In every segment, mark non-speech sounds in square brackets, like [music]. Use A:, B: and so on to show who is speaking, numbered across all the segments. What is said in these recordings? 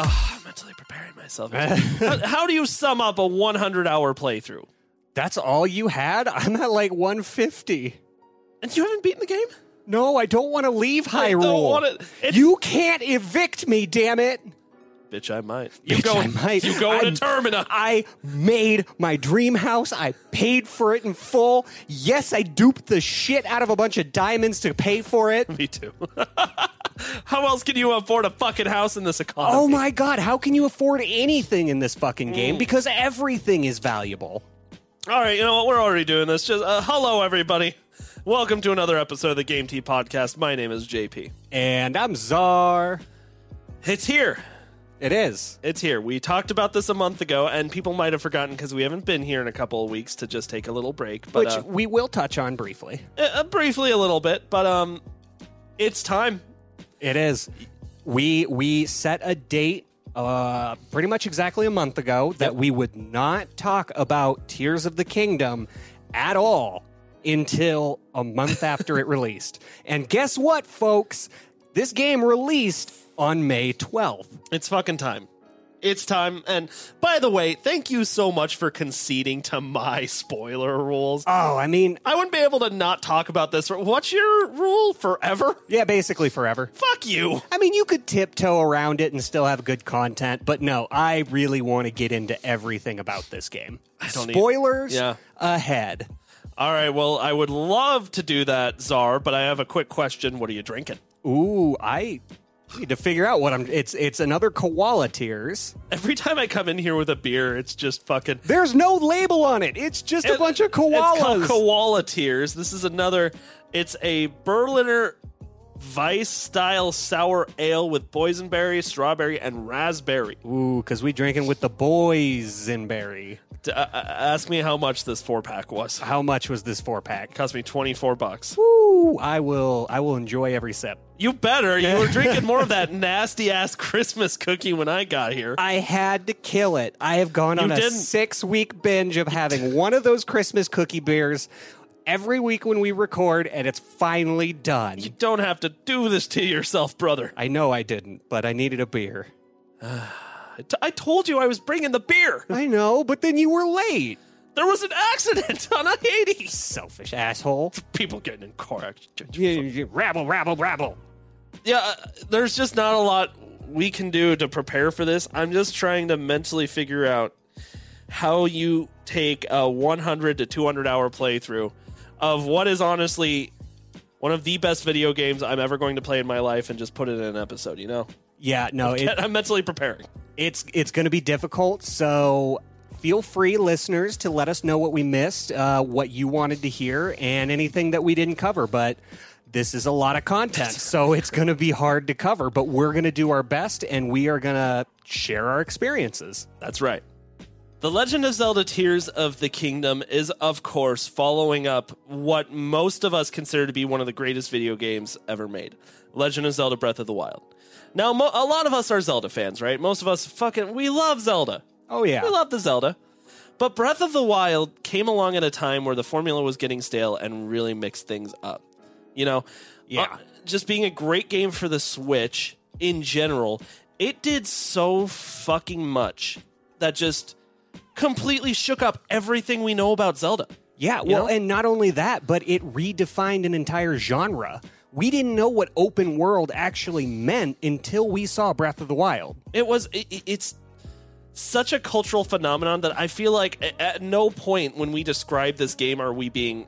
A: Oh, I'm mentally preparing myself. how, how do you sum up a 100 hour playthrough?
B: That's all you had? [laughs] I'm at like 150.
A: And you haven't beaten the game?
B: No, I don't want to leave Hyrule.
A: I don't want it. It's,
B: You can't evict me, damn it.
A: bitch, I might.
B: Bitch, [laughs] I might.
A: You go
B: I'm-
A: to Termina.
B: I made my dream house. I paid for it in full. Yes, I duped the shit out of a bunch of diamonds to pay for it.
A: [laughs] Me too. [laughs] how else can you afford a fucking house in this economy?
B: Oh my god, how can you afford anything in this fucking
A: Mm.
B: game? Because everything is valuable.
A: All right, you know what? We're already doing this. Just uh, hello, everybody. Welcome to another episode of the Game T Podcast. My name is JP.
B: And I'm Czar.
A: It's here.
B: It is.
A: It's here. We talked about this a month ago, and people might have forgotten because we haven't been here in a couple of weeks to just take a little break. But
B: Which
A: uh,
B: we will touch on briefly.
A: uh, briefly, a little bit. But um, it's time.
B: It is. We we set a date uh pretty much exactly a month ago that we would not talk about Tears of the Kingdom at all until a month [laughs] after it released. And guess what folks? This game released on May 12th.
A: It's fucking time. It's time. And by the way, thank you so much for conceding to my spoiler rules.
B: Oh, I mean,
A: I wouldn't be able to not talk about this. What's your rule forever? [laughs]
B: yeah, basically forever.
A: Fuck you.
B: I mean, you could tiptoe around it and still have good content, but no, I really want to get into everything about this game.
A: don't e-
B: Spoilers
A: Yeah.
B: ahead.
A: All right. Well, I would love to do that, Czar, but I have a quick question. What are you drinking?
B: Ooh, I need to figure out what I'm. It's it's another koala tears.
A: Every time I come in here with a beer, it's just fucking.
B: There's no label on it. It's just a bunch of
A: It's called
B: koalas.
A: koala tears. This is another. It's a Berliner Weiss style sour ale with boysenberry, strawberry, and raspberry.
B: Ooh, because we drinking with the boys in Barry.
A: D- uh, uh, ask me how much this four pack was.
B: How much was this four pack?
A: cost me twenty four bucks.
B: Ooh, I will. I will enjoy every sip.
A: You better. You were drinking more of that nasty ass Christmas cookie when I got here.
B: I had to kill it. I have gone on a
A: didn't.
B: six week binge of having one of those Christmas cookie beers every week when we record, and it's finally done.
A: You don't have to do this to yourself, brother.
B: I know I didn't, but I needed a beer.
A: [laughs] I, t- I told you I was bringing the beer.
B: I know, but then you were late.
A: There was an accident [laughs] on I eighty.
B: Selfish asshole.
A: People getting in car accidents.
B: You- you- rabble, rabble, rabble.
A: Yeah, uh, there's just not a lot we can do to prepare for this. I'm just trying to mentally figure out how you take a 100 to 200 hour playthrough of what is honestly one of the best video games I'm ever going to play in my life and just put it in an episode, you know? [laughs]
B: Yeah, no, it,
A: I'm mentally preparing.
B: it's it's going to be difficult. So feel free, listeners, to let us know what we missed, uh, what you wanted to hear, and anything that we didn't cover. But this is a lot of content, so it's going to be hard to cover. But we're going to do our best, and we are going to share our experiences.
A: That's right. The Legend of Zelda Tears of the Kingdom is, of course, following up what most of us consider to be one of the greatest video games ever made Legend of Zelda Breath of the Wild. Now, mo- a lot of us are Zelda fans, right? Most of us fucking, we love Zelda.
B: Oh yeah,
A: We love the Zelda. But Breath of the Wild came along at a time where the formula was getting stale and really mixed things up. You know,
B: Yeah.
A: uh, just being a great game for the Switch in general, it did so fucking much that just completely shook up everything we know about Zelda.
B: Yeah,
A: You
B: well,
A: know?
B: and not only that, but it redefined an entire genre. We didn't know what open world actually meant until we saw Breath of the Wild.
A: It was it, it- it's such a cultural phenomenon that I feel like a- at no point when we describe this game are we being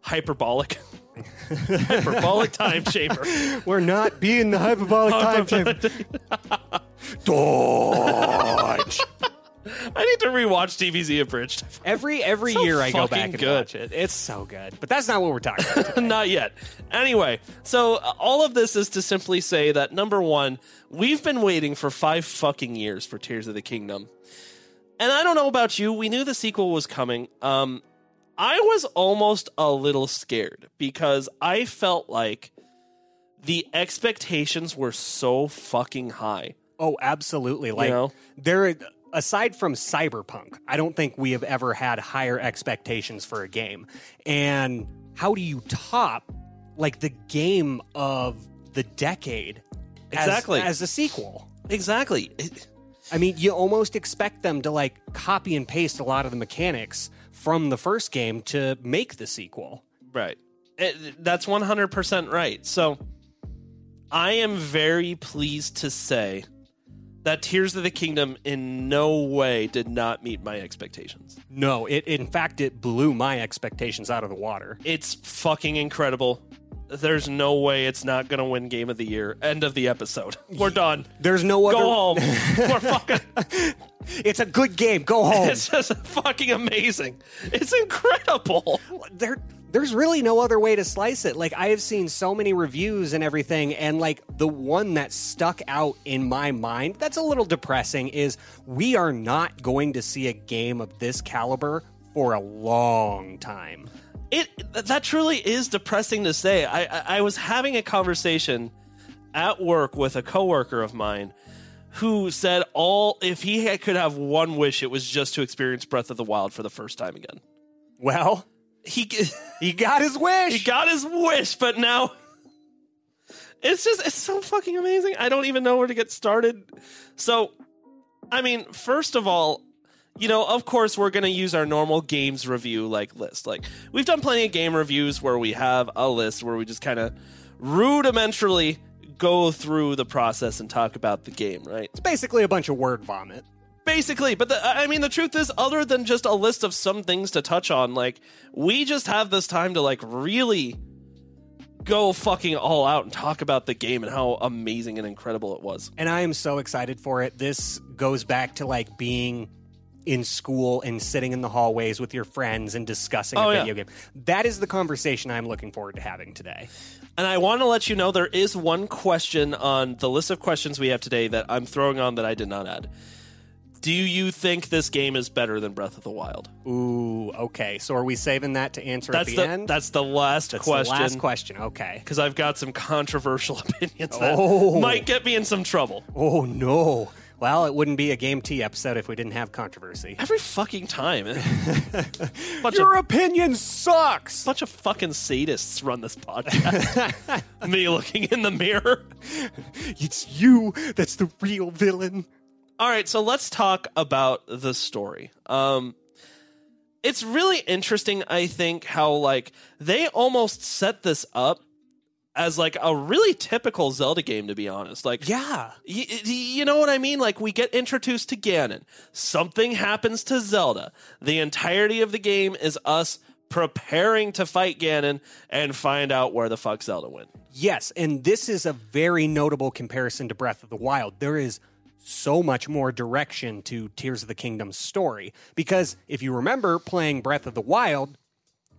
A: hyperbolic. [laughs]
B: [laughs]
A: hyperbolic time chamber.
B: We're not being
A: [laughs]
B: the hyperbolic time chamber. Dodge.
A: I need to rewatch DBZ abridged.
B: Every every
A: So
B: year I go
A: fucking
B: back and
A: good.
B: watch it. It's so good. But that's not what we're talking about. today.
A: Not yet. Anyway, so uh, all of this is to simply say that number one, we've been waiting for five fucking years for Tears of the Kingdom. And I don't know about you, we knew the sequel was coming. Um, I was almost a little scared because I felt like the expectations were so fucking high.
B: [laughs] oh, absolutely.
A: You
B: Like
A: know?
B: there aside from Cyberpunk, I don't think we have ever had higher expectations for a game. And how do you top like the game of the decade as-
A: Exactly.
B: as a sequel?
A: Exactly.
B: I mean, you almost expect them to like copy and paste a lot of the mechanics from the first game to make the sequel.
A: Right. It, that's 100% right. So I am very pleased to say that Tears of the Kingdom in no way did not meet my expectations.
B: No, it in fact it blew my expectations out of the water.
A: It's fucking incredible. There's no way it's not going to win game of the year. End of the episode. We're done.
B: There's no other
A: Go home. We're fucking [laughs]
B: [laughs] It's a good game. Go home.
A: It's just fucking amazing. It's incredible.
B: there there's really no other way to slice it. Like I have seen so many reviews and everything and like the one that stuck out in my mind that's a little depressing is we are not going to see a game of this caliber for a long time.
A: it th- that truly is depressing to say. I, I I was having a conversation at work with a coworker of mine who said all if he had, could have one wish, it was just to experience Breath of the Wild for the first time again.
B: Well,
A: He g- [laughs]
B: he got his wish.
A: he got his wish, but now [laughs] it's just it's so fucking amazing. I don't even know where to get started. So, I mean, first of all, you know, of course, we're gonna use our normal games review like list. Like we've done plenty of game reviews where we have a list where we just kind of rudimentarily go through the process and talk about the game, right?
B: It's basically a bunch of word vomit.
A: Basically, but the, I mean, the truth is, other than just a list of some things to touch on, like we just have this time to like really go fucking all out and talk about the game and how amazing and incredible it was.
B: and I am so excited for it. This goes back to like being in school and sitting in the hallways with your friends and discussing
A: Oh,
B: a
A: yeah.
B: video game. That is the conversation I'm looking forward to having today.
A: And I want to let you know there is one question on the list of questions we have today that I'm throwing on that I did not add. Do you think this game is better than Breath of the Wild?
B: Ooh, okay. So are we saving that to answer
A: That's the
B: at the, end?
A: that's the last
B: That's the last
A: question
B: question. Okay.
A: because I've got some controversial [laughs] opinions that
B: Oh.
A: might get me in some trouble.
B: Oh no. Well, it wouldn't be a game T episode if we didn't have controversy.
A: Every fucking time. bunch,
B: Your
A: of,
B: opinion
A: [laughs]
B: sucks.
A: bunch of fucking sadists run this podcast. Me looking in the mirror.
B: It's you that's the real villain.
A: All right, so let's talk about the story. Um, it's really interesting, I think, how like they almost set this up as like a really typical Zelda game, to be honest. Like,
B: Yeah.
A: Y- y- you know what I mean? Like, we get introduced to Ganon. Something happens to Zelda. The entirety of the game is us preparing to fight Ganon and find out where the fuck Zelda went.
B: Yes, and this is a very notable comparison to Breath of the Wild. There is so much more direction to Tears of the Kingdom's story because if you remember playing Breath of the Wild,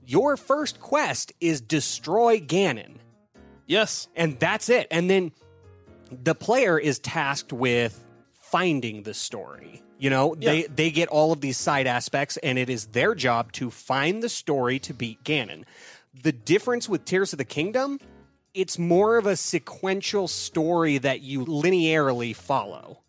B: your first quest is destroy Ganon,
A: Yes.
B: and that's it. And then the player is tasked with finding the story. You know, they they get all of these side aspects and it is their job to find the story to beat Ganon. The difference with Tears of the Kingdom, it's more of a sequential story that you linearly follow.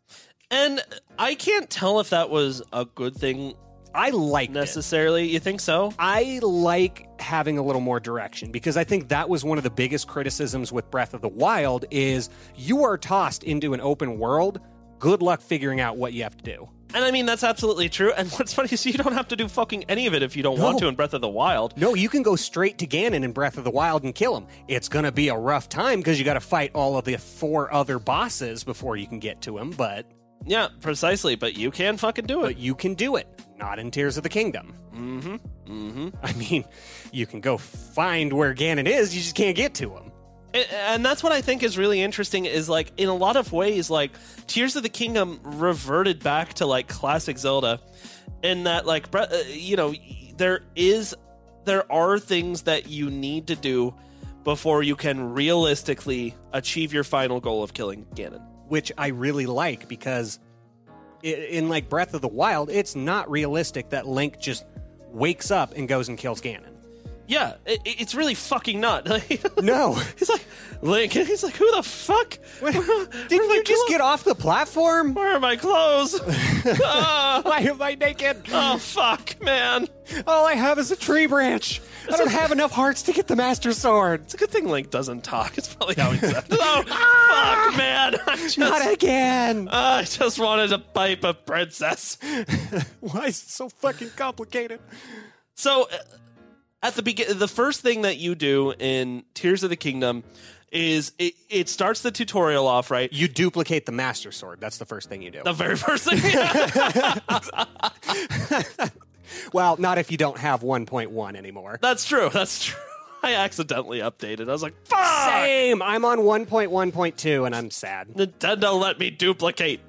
A: And I can't tell if that was a good thing
B: I like this.
A: necessarily. You think so?
B: I like having a little more direction because I think that was one of the biggest criticisms with Breath of the Wild is you are tossed into an open world. Good luck figuring out what you have to do.
A: And I mean, that's absolutely true. And [laughs] what's funny is you don't have to do fucking any of it if you don't want
B: No.
A: to in Breath of the Wild.
B: No, you can go straight to Ganon in Breath of the Wild and kill him. It's going to be a rough time because you got to fight all of the four other bosses before you can get to him, but
A: Yeah, precisely. But you can fucking do
B: but
A: it.
B: you can do it. Not in Tears of the Kingdom.
A: Mm-hmm.
B: [laughs] I mean, you can go find where Ganon is, you just can't get to him.
A: And, and that's what I think is really interesting is like in a lot of ways like Tears of the Kingdom reverted back to like classic Zelda in that like bre- uh, you know there is there are things that you need to do before you can realistically achieve your final goal of killing Ganon.
B: which I really like because i- in like Breath of the Wild, it's not realistic that Link just wakes up and goes and kills Ganon.
A: Yeah, it, it's really fucking not. [laughs]
B: [laughs] No.
A: he's like Link. He's like, [laughs] who the fuck?
B: Did
A: Where are my
B: you just
A: clo-
B: get off the platform?
A: Where are my clothes? [laughs] Ah,
B: [laughs] Why am I naked?
A: oh fuck, man!
B: All I have is a tree branch. I don't have enough hearts to get the Master Sword.
A: It's a good thing Link doesn't talk. It's probably how he said. [laughs] it. Oh fuck, man! I just, uh,
B: Not again. [laughs]
A: I just wanted to pipe a princess. [laughs]
B: Why is it so fucking complicated?
A: So, uh, at the begin, the first thing that you do in Tears of the Kingdom is it, it starts the tutorial off right.
B: You duplicate the Master Sword. That's the first thing you do.
A: The very first thing.
B: Well, not if you don't have 1.1 anymore.
A: [laughs] That's true. That's true. [laughs] I accidentally updated. I was like, fuck!
B: Ah! Same. I'm on 1.1.2 and I'm sad.
A: Nintendo let me
B: [laughs]
A: duplicate.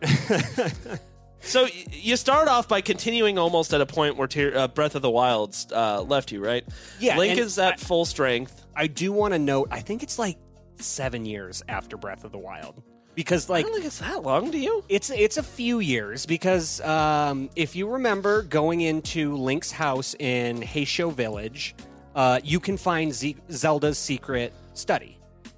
A: so y- you start off by continuing almost at a point where Tear uh, Breath of the Wild's uh, left you, right?
B: Yeah,
A: Link
B: and
A: is at full strength.
B: I do want to note, I think it's like seven years after Breath of the Wild. Because,
A: I
B: like,
A: don't think it's that long, do you?
B: it's it's a few years because um, if you remember going into Link's house in Heisho Village, uh, you can find Ze- Zelda's secret study,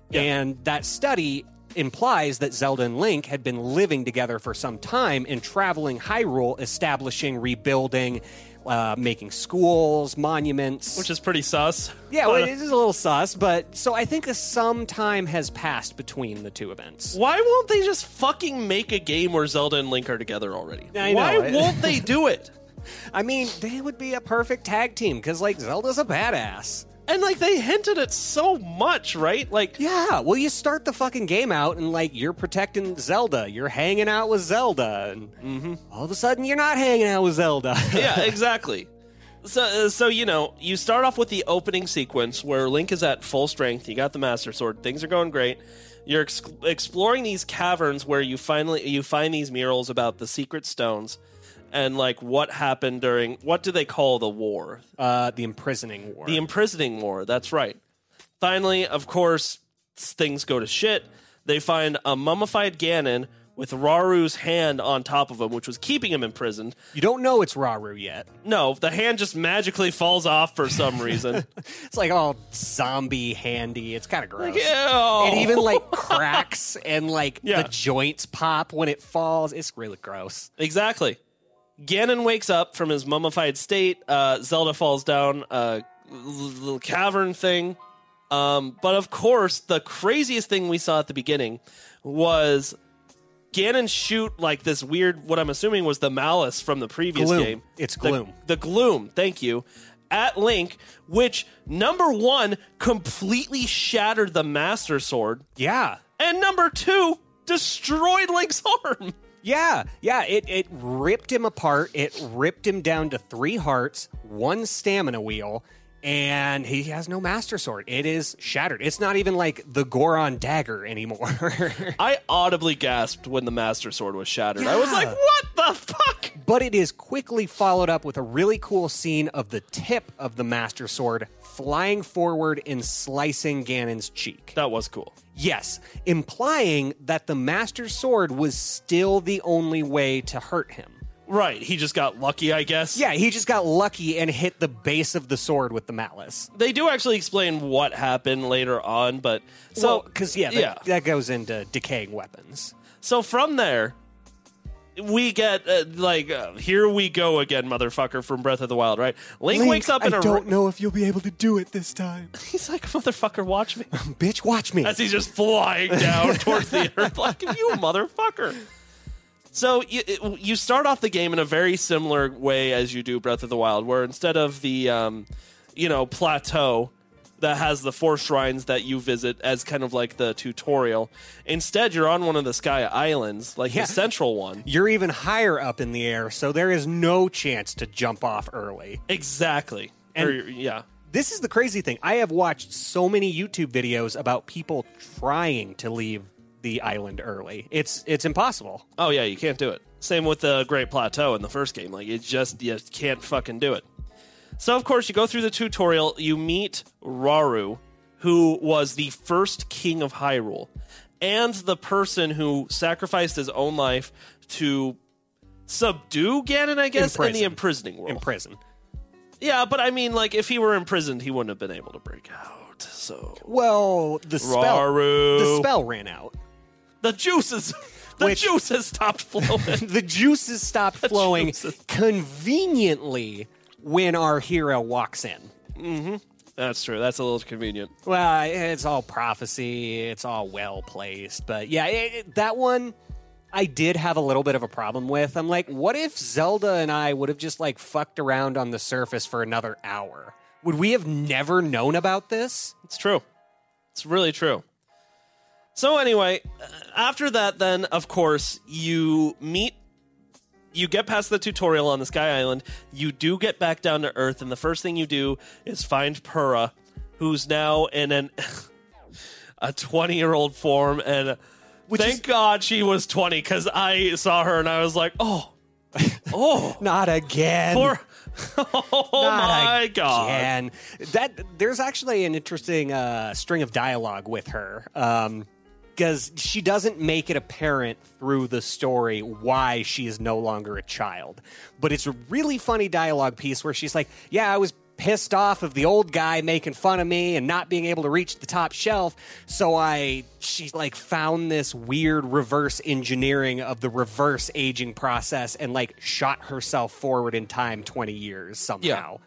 A: Yeah.
B: and that study implies that Zelda and Link had been living together for some time and traveling Hyrule, establishing, rebuilding. Uh, making schools, monuments,
A: Which is pretty sus.
B: yeah,
A: But,
B: well,
A: uh,
B: it is a little sus, but so I think some time has passed between the two events.
A: why won't they just fucking make a game where Zelda and Link are together already?
B: I know,
A: why
B: I-
A: won't they do it?
B: I mean, they would be a perfect tag team because, like, Zelda's a badass.
A: And like they hinted at so much, right? Like
B: Yeah, well, you start the fucking game out and, like, you're protecting Zelda. You're hanging out with Zelda. And mm-hmm. all of a sudden, you're not hanging out with Zelda. [laughs]
A: yeah, exactly. So, uh, so you know, you start off with the opening sequence where Link is at full strength. You got the Master Sword. Things are going great. You're ex- exploring these caverns where you finally you find these murals about the secret stones and like what happened during what do they call the war?
B: uh, the imprisoning war.
A: The imprisoning war. That's right. Finally, of course, s- things go to shit. They find a mummified Ganon with Raru's hand on top of him, which was keeping him imprisoned.
B: you don't know it's Raru yet.
A: No, the hand just magically falls off for some reason.
B: It's, like, all zombie handy. It's kind of gross.
A: Yeah.
B: It
A: [laughs]
B: even like cracks and like
A: Yeah.
B: the joints pop when it falls. It's really gross.
A: exactly. Ganon wakes up from his mummified state. Uh, Zelda falls down a little cavern thing. Um, but of course, the craziest thing we saw at the beginning was Ganon shoot like this weird, what I'm assuming was the malice from the previous
B: Gloom.
A: game.
B: It's
A: The-
B: gloom.
A: The, gloom. Thank you. At Link, which number one completely shattered the Master Sword.
B: Yeah.
A: And number two, destroyed Link's arm.
B: Yeah, yeah, it, it ripped him apart. It ripped him down to three hearts, one stamina wheel, and he has no master sword. It is shattered. It's not even like the Goron dagger anymore. [laughs]
A: I audibly gasped when the Master Sword was shattered. I was
B: Yeah.
A: like, what the fuck?
B: but it is quickly followed up with a really cool scene of the tip of the master sword flying forward and slicing Ganon's cheek.
A: That was cool.
B: Yes, implying that the master sword was still the only way to hurt him.
A: Right. He just got lucky, I guess.
B: Yeah, he just got lucky and hit the base of the sword with the malice.
A: They do actually explain what happened later on, but so
B: because yeah, that,
A: yeah.
B: that goes into decaying weapons.
A: So from there, we get uh, like uh, here we go again, motherfucker, from Breath of the Wild. Right? Link, wakes up in
B: I
A: a
B: don't know if you'll be able to do it this time.
A: [laughs] he's like, motherfucker, watch me.
B: [laughs] Bitch, watch me.
A: as he's just flying [laughs] down towards the earth like you motherfucker so you, it- you start off the game in a very similar way as you do breath of the wild where instead of the um, you know plateau that has the four shrines that you visit as kind of like the tutorial instead you're on one of the sky islands like
B: Yeah.
A: the central one
B: You're even higher up in the air, so there is no chance to jump off early.
A: exactly Or, yeah
B: This is the crazy thing. I have watched so many YouTube videos about people trying to leave the island early. It's it's impossible.
A: Oh yeah, you can't do it. Same with the Great Plateau in the first game. Like it just you can't fucking do it. So of course you go through the tutorial, you meet Raru, who was the first king of Hyrule, and the person who sacrificed his own life to subdue Ganon, I guess, in the
B: Imprison.
A: imprisoning world.
B: In prison.
A: yeah, but I mean like if he were imprisoned, he wouldn't have been able to break out. So
B: Well, the spell
A: Raru.
B: the spell ran out.
A: the juices [laughs] the
B: Which-
A: juices stopped flowing. [laughs]
B: [laughs] The juices stopped flowing
A: juices.
B: conveniently when our hero walks in.
A: That's true. That's a little convenient.
B: Well, it's all prophecy. It's all well placed. But yeah, it, it- that one I did have a little bit of a problem with. I'm like, what if Zelda and I would have just like fucked around on the surface for another hour? Would we have never known about this?
A: It's true. It's really true. So anyway, uh, after that, then of course you meet, you get past the tutorial on the Sky Island. You do get back down to Earth, and the first thing you do is find Pura, who's now in an [laughs] a twenty year old form. And thank
B: is-
A: God she was twenty because I saw her and I was like, oh, [laughs] oh,
B: Not again.
A: poor, [laughs] oh my God.
B: again. That there's actually an interesting uh, string of dialogue with her. Um because she doesn't make it apparent through the story why she is no longer a child. But it's a really funny dialogue piece where she's like, Yeah, I was pissed off of the old guy making fun of me and not being able to reach the top shelf. So I, she like found this weird reverse engineering of the reverse aging process and like shot herself forward in time 20 years somehow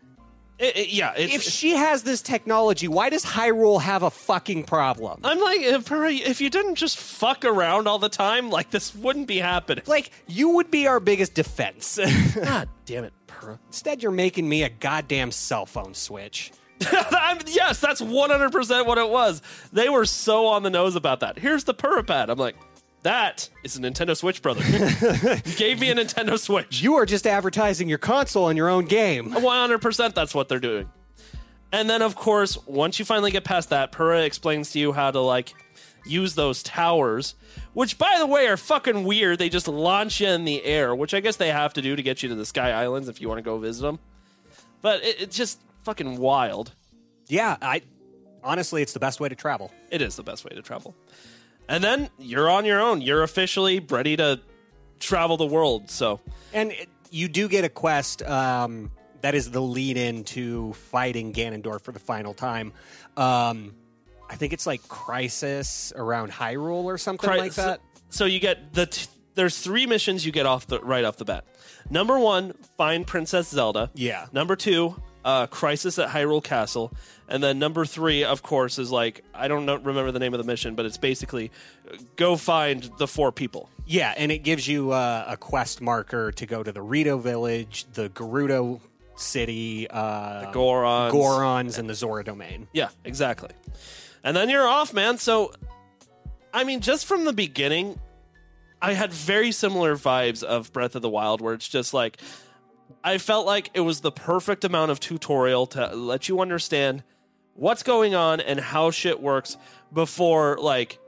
A: It- it- yeah, it's,
B: if she has this technology, why does Hyrule have a fucking problem?
A: I'm like, if, if you didn't just fuck around all the time, like this wouldn't be happening.
B: Like, you would be our biggest defense. [laughs]
A: God damn it, Pura.
B: Instead, you're making me a goddamn cell phone switch.
A: [laughs] I'm, yes, that's 100% what it was. They were so on the nose about that. Here's the Pura pad. I'm like, that is a Nintendo Switch, [laughs] brother. you gave me a Nintendo Switch.
B: You are just advertising your console in your own game.
A: 100% that's what they're doing. And then, of course, once you finally get past that, Pura explains to you how to, like, use those towers, which, by the way, are fucking weird. They just launch you in the air, which I guess they have to do to get you to the Sky Islands if you want to go visit them. But it, it's just fucking wild.
B: Yeah, I honestly, it's the best way to travel.
A: It is the best way to travel. And then you're on your own. You're officially ready to travel the world, so.
B: And it, you do get a quest um, that is the lead in to fighting Ganondorf for the final time. Um, I think it's like Crisis around Hyrule or something
A: Right,
B: like
A: so-
B: that.
A: So, you get the t- there's three missions you get off the right off the bat. Number one, find Princess Zelda.
B: Yeah.
A: Number two, uh, Crisis at Hyrule Castle, and then number three, of course, is like I don't know, remember the name of the mission, but it's basically uh, go find the four people.
B: Yeah, and it gives you uh, a quest marker to go to the Rito village, the Gerudo city, uh,
A: Gorons.
B: Gorons, and the Zora domain.
A: Yeah, exactly. And then you're off, man. So, I mean, just from the beginning, I had very similar vibes of Breath of the Wild, where it's just like, I felt like it was the perfect amount of tutorial to let you understand what's going on and how shit works before, like,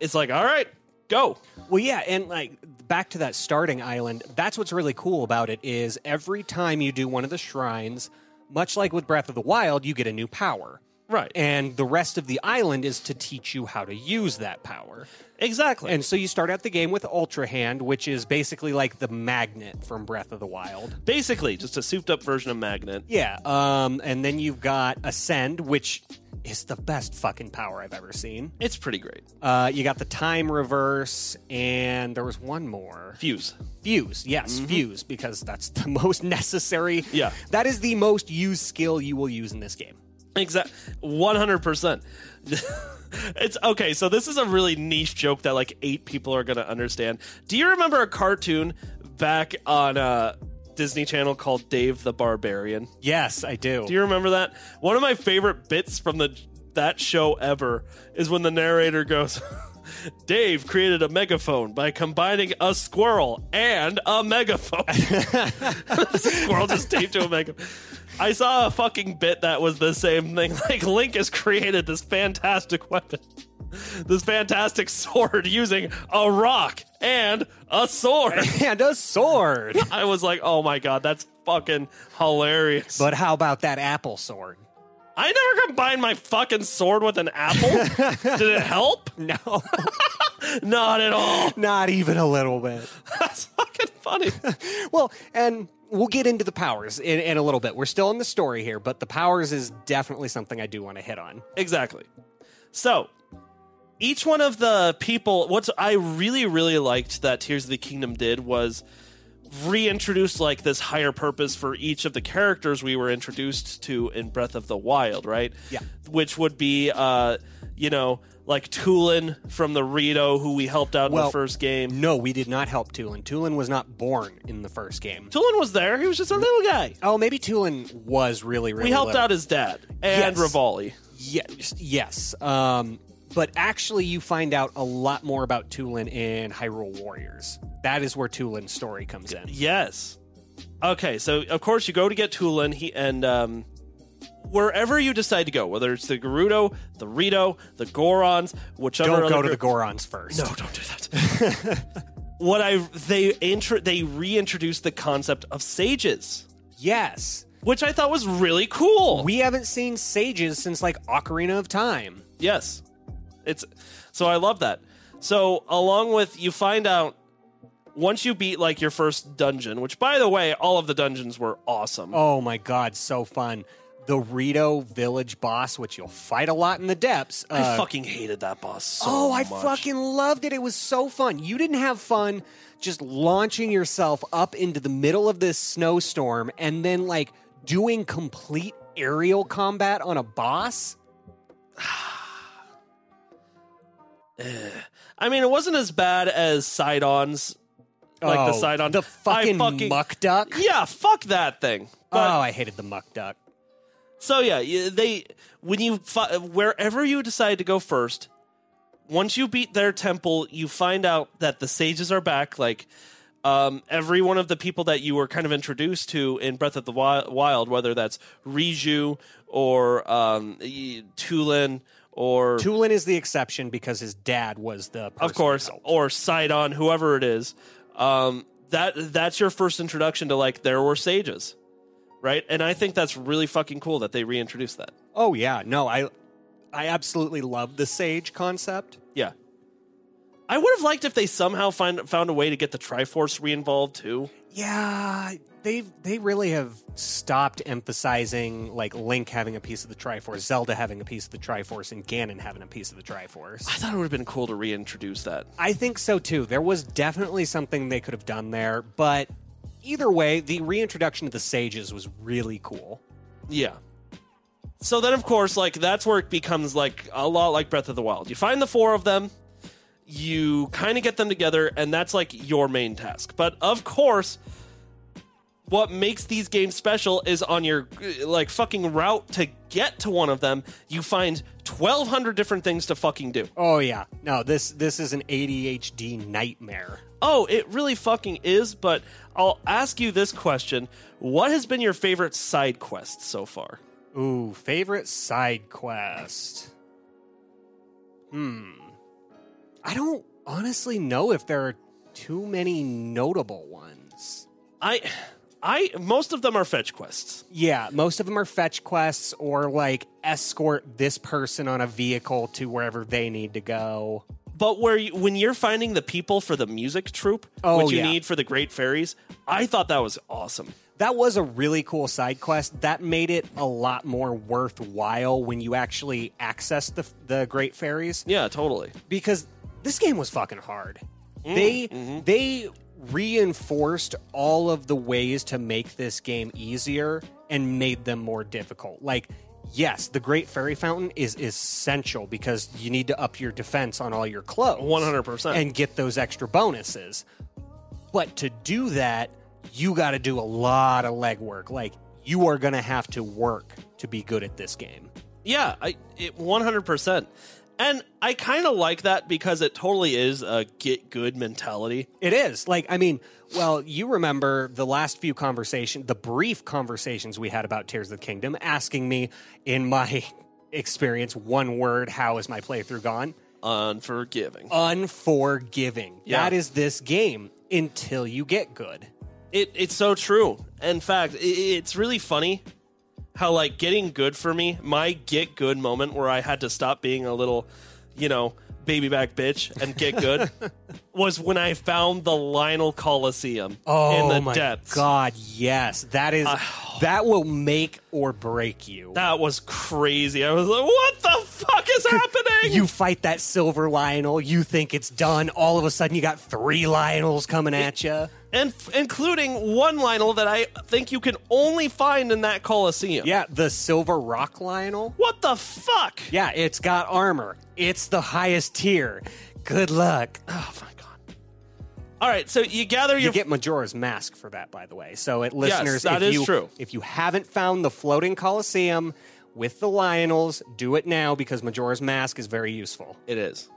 A: it's like, all right, go.
B: Well, yeah, and like back to that starting island, that's what's really cool about it is every time you do one of the shrines, much like with Breath of the Wild, you get a new power.
A: Right.
B: And the rest of the island is to teach you how to use that power.
A: Exactly.
B: And so you start out the game with Ultra Hand, which is basically like the magnet from Breath of the Wild.
A: Basically, just a souped up version of Magnet.
B: Yeah, um, and then you've got Ascend, which is the best fucking power I've ever seen.
A: It's pretty great.
B: Uh, you got the Time Reverse, and there was one more
A: Fuse.
B: Fuse. Yes, Fuse, because that's the [laughs] most necessary.
A: Yeah.
B: that is the most used skill you will use in this game.
A: Exactly, one hundred percent. [laughs] It's okay. So this is a really niche joke that like eight people are gonna understand. Do you remember a cartoon back on uh, Disney Channel called Dave the Barbarian?
B: Yes, I do.
A: Do you remember that? One of my favorite bits from the that show ever is when the narrator goes. [laughs] Dave created a megaphone by combining a [laughs] squirrel and a megaphone. the squirrel just taped to a megaphone. I saw a fucking bit that was the same thing. [laughs] Like Link has created this fantastic weapon, this fantastic sword using a rock and a sword.
B: [laughs] and a sword.
A: I was like, oh my god, that's fucking hilarious.
B: But how about that apple sword? [laughs]
A: I never combined my fucking sword with an
B: [laughs]
A: apple. Did it help?
B: No,
A: Not at all. [laughs]
B: not even a little bit. [laughs]
A: That's fucking funny.
B: Well, and we'll get into the powers in, in a little bit. We're still in the story here, but the powers is definitely something I do want to hit on.
A: Exactly. So each one of the people, what I really, really liked that Tears of the Kingdom did was reintroduce like this higher purpose for each of the characters we were introduced to in Breath of the Wild, right?
B: Yeah.
A: Which would be, uh, you know, like Tulin from the Rito, who we helped out in
B: Well,
A: the first game.
B: No, we did not help Tulin. Tulin was not born in the first game.
A: Tulin was there. He was just a little guy.
B: Oh, maybe Tulin was really, really.
A: We helped
B: little.
A: out his dad and
B: Yes.
A: Rivali.
B: Yes, yes. Um, but actually, you find out a lot more about Tulin in Hyrule Warriors. That is where Tulin's story comes in.
A: Yes. Okay, so of course you go to get Tulin, he, and um, wherever you decide to go, whether it's the Gerudo, the Rito, the Gorons, whichever.
B: Don't
A: other
B: go to the
A: group-
B: Gorons first.
A: No, don't do that. [laughs] what I they intro they reintroduced the concept of sages,
B: Yes.
A: which I thought was really cool.
B: We haven't seen sages since like Ocarina of Time.
A: Yes. It's so I love that. So along with you find out once you beat like your first dungeon, which by the way, all of the dungeons were awesome.
B: Oh my god, so fun. The Rito village boss, which you'll fight a lot in the depths.
A: I
B: uh,
A: fucking hated that boss so
B: oh, I
A: much.
B: fucking loved it. It was so fun. You didn't have fun just launching yourself up into the middle of this snowstorm and then like doing complete aerial combat on a boss.
A: I mean, it wasn't as bad as Sidon's. Like the
B: Oh,
A: side on-
B: the fucking,
A: I fucking-
B: muck duck.
A: Yeah, fuck that thing. But,
B: oh, I hated the muck duck.
A: So yeah, you- they when you fi- wherever you decide to go first, once you beat their temple, you find out that the sages are back. Like um, every one of the people that you were kind of introduced to in Breath of the Wi- Wild, whether that's Riju or um, y- Tulin or
B: Tulin is the exception because his dad was the person
A: of course, or Sidon, whoever it is. Um, that that's your first introduction to like there were sages, right? And I think that's really fucking cool that they reintroduced that.
B: Oh yeah, no, I I absolutely love the sage concept.
A: Yeah, I would have liked if they somehow find found a way to get the Triforce re-involved too.
B: Yeah, they they really have stopped emphasizing like Link having a piece of the Triforce, Zelda having a piece of the Triforce, and Ganon having a piece of the Triforce.
A: I thought it would have been cool to reintroduce that.
B: I think so too. There was definitely something they could have done there, but either way, the reintroduction of the sages was really cool.
A: Yeah. So then, of course, like that's where it becomes like a lot like Breath of the Wild. You find the four of them, you kind of get them together, and that's like your main task. But of course, what makes these games special is on your like fucking route to get to one of them, you find 1,200 different things to fucking do.
B: Oh yeah, no this this is an ADHD nightmare.
A: Oh, it really fucking is, but I'll ask you this question What has been your favorite side quest so far?
B: Ooh, favorite side quest. Hmm. I don't honestly know if there are too many notable ones.
A: I I most of them are fetch quests.
B: Yeah, most of them are fetch quests or like escort this person on a vehicle to wherever they need to go.
A: But where you, when you're finding the people for the music troupe,
B: Oh,
A: which you
B: yeah.
A: need for the Great Fairies, I thought that was awesome.
B: That was a really cool side quest. That made it a lot more worthwhile when you actually access the the Great Fairies.
A: Yeah, totally.
B: because this game was fucking hard. they they reinforced all of the ways to make this game easier and made them more difficult. Like yes, the Great Fairy Fountain is essential because you need to up your defense on all your clothes.
A: 100%.
B: And get those extra bonuses. But to do that, you got to do a lot of legwork. Like you are going to have to work to be good at this game.
A: Yeah, I it 100%. And I kind of like that because it totally is a get good mentality.
B: It is. Like, I mean, well, you remember the last few conversation, the brief conversations we had about Tears of the Kingdom, asking me, in my [laughs] experience, one word, how is my playthrough gone?
A: Unforgiving.
B: Unforgiving.
A: Yeah.
B: That is this game until you get good.
A: It, it's so true. In fact, i i- it's really funny how, like, getting good for me, my get good moment where I had to stop being a little, you know, baby back bitch and get
B: [laughs]
A: good was when I found the Lionel Coliseum
B: Oh
A: in the
B: my Ah.
A: depths.
B: god, yes. That is that will make or break you.
A: That was crazy. I was like, what the fuck is happening?
B: you fight that silver Lionel, you think it's done, all of a sudden you got three Lionels coming at you.
A: and f- including one Lionel that I think you can only find in that Coliseum.
B: Yeah, the silver rock Lionel.
A: What the fuck?
B: Yeah, it's got armor. It's the highest tier. Good luck.
A: Oh my god. All right, so you gather
B: You
A: your
B: get Majora's Mask for that, by the way. So, it, listeners,
A: that
B: if
A: is
B: you
A: true.
B: if you haven't found the floating Colosseum with the Lionels, do it now because Majora's Mask is very useful.
A: it is.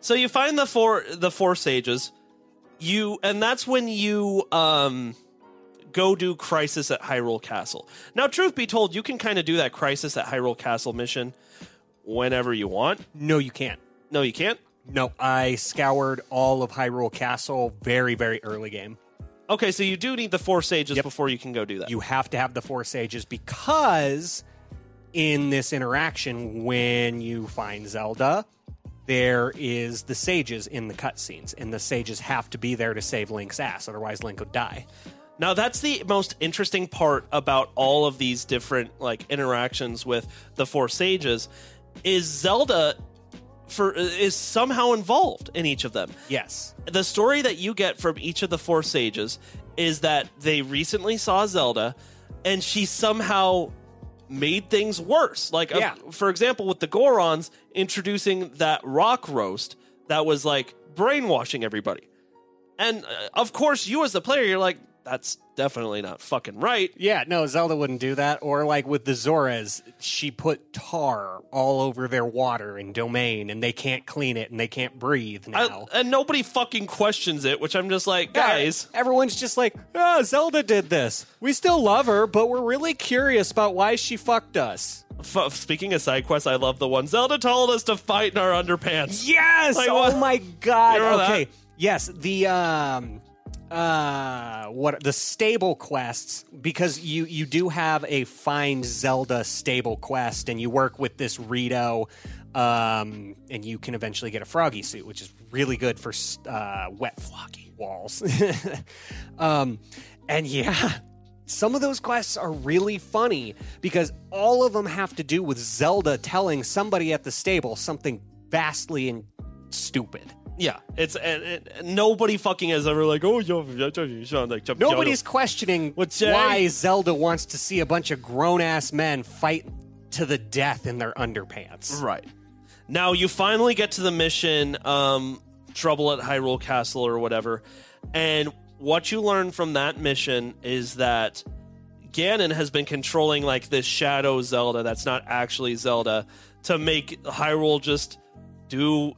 A: So you find the four the four sages. You and that's when you um go do crisis at Hyrule Castle. Now truth be told, you can kind of do that crisis at Hyrule Castle mission whenever you want.
B: No, you can't.
A: No, you can't.
B: No, I scoured all of Hyrule Castle very, very early game.
A: Okay, so you do need the four sages before you can go do that.
B: you have to have the four sages because in this interaction when you find zelda there is the sages in the cutscenes and the sages have to be there to save link's ass otherwise link would die
A: Now that's the most interesting part about all of these different like interactions with the four sages is Zelda for is somehow involved in each of them.
B: yes
A: The story that you get from each of the four sages is that they recently saw Zelda and she somehow made things worse. Like uh,
B: Yeah.
A: for example with the Gorons introducing that rock roast that was like brainwashing everybody. And uh, of course, you as the player, you're like, that's definitely not fucking right.
B: yeah no zelda wouldn't do that or like with the zoras she put tar all over their water and domain and they can't clean it and they can't breathe
A: I-
B: now
A: and nobody fucking questions it, which I'm just like,
B: Yeah,
A: guys,
B: everyone's just like, oh, Zelda did this. We still love her, but we're really curious about why she fucked us.
A: f- speaking of side quests, I love the one Zelda told us to fight in our underpants.
B: Yes!
A: Like,
B: oh
A: what-
B: my god.
A: You remember
B: Okay.
A: that?
B: Yes, the um uh what the stable quests because you you do have a find Zelda stable quest and you work with this Rito um and you can eventually get a froggy suit which is really good for s- uh wet floggy walls. [laughs] um and yeah, some of those quests are really funny because all of them have to do with Zelda telling somebody at the stable something vastly and stupid.
A: Yeah, it's and, and- and nobody fucking is ever like, oh, yo, yo, yo, yo, like jump-
B: Nobody's questioning
A: What's that?
B: why Zelda wants to see a bunch of grown ass men fight to the death in their
A: [laughs]
B: underpants.
A: right now. You finally get to the mission, um, trouble at Hyrule Castle or whatever, and what you learn from that mission is that Ganon has been controlling like this shadow Zelda that's not actually Zelda to make Hyrule just do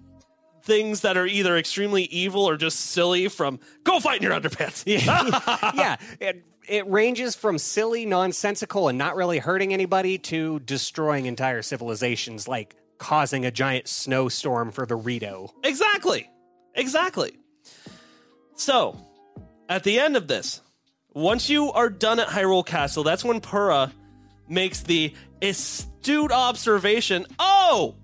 A: things that are either extremely evil or just silly from go fight in your underpants.
B: yeah, it, it ranges from silly, nonsensical, and not really hurting anybody to destroying entire civilizations, like causing a giant snowstorm for the Rito.
A: [laughs] Exactly. Exactly. So, at the end of this, once you are done at Hyrule Castle, that's when Pura makes the astute observation oh,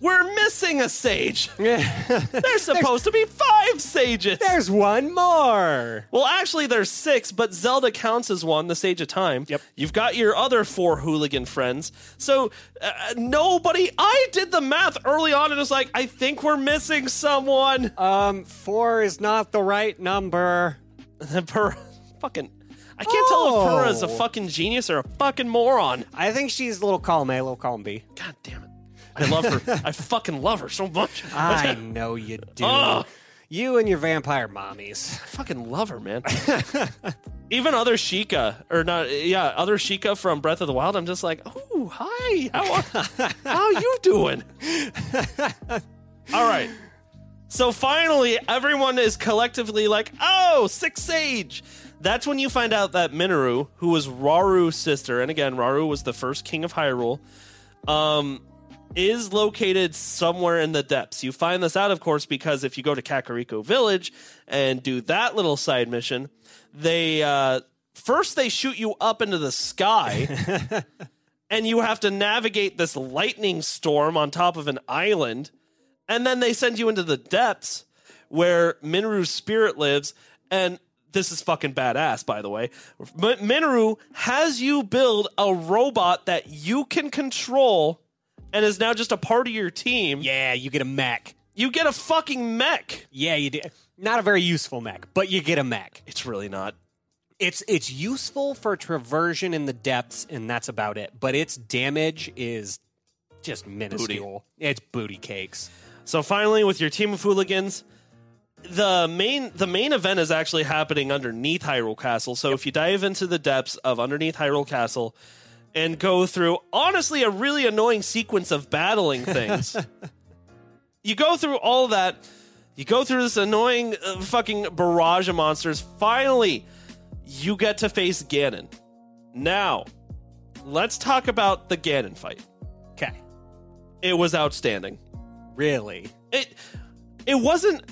A: we're missing a sage. [laughs] There's supposed to be five sages.
B: There's one more.
A: Well, actually, there's six, but Zelda counts as one, the Sage of Time.
B: Yep.
A: You've got your other four hooligan friends. So uh, nobody. I did the math early on and was like, I think we're missing someone.
B: Um, four is not the right number.
A: [laughs] And Pura, fucking. I can't tell if Pura is a
B: Oh.
A: fucking genius or a fucking moron.
B: I think she's a little column A, a little column
A: [laughs]
B: B.
A: God damn it. I love her. I fucking love her so much.
B: I know you do.
A: Ugh.
B: You and your vampire mommies.
A: I fucking love her, man. [laughs] Even other Sheikah, or not, yeah, other Sheikah from Breath of the Wild. I'm just like, oh, hi, how [laughs] are, how you [laughs] doing? All right. So finally, everyone is collectively like, oh, Six Sage. That's when you find out that Minoru, who was Raru's sister, and again, Raru was the first king of Hyrule, um, is located somewhere in the depths. You find this out, of course, because if you go to Kakariko Village and do that little side mission, they uh, first they shoot you up into the sky, and you have to navigate this lightning storm on top of an island, and then they send you into the depths where Minoru's spirit lives, and this is fucking badass, by the way. Min- Minoru has you build a robot that you can control and is now just a part of your team.
B: Yeah, you get a mech.
A: You get a fucking mech.
B: Yeah, you do. Not a very useful mech, but you get a mech.
A: It's really not.
B: It's it's useful for traversion in the depths, and that's about it. But its damage is just minuscule. It's booty cakes.
A: So finally, with your team of hooligans, the main the main event is actually happening underneath Hyrule Castle. So if you dive into the depths of underneath Hyrule Castle and go through honestly a really annoying sequence of battling things. you go through all that, you go through this annoying uh, fucking barrage of monsters. Finally, you get to face Ganon. Now, let's talk about the Ganon fight.
B: Okay,
A: It was outstanding.
B: really?
A: it it wasn't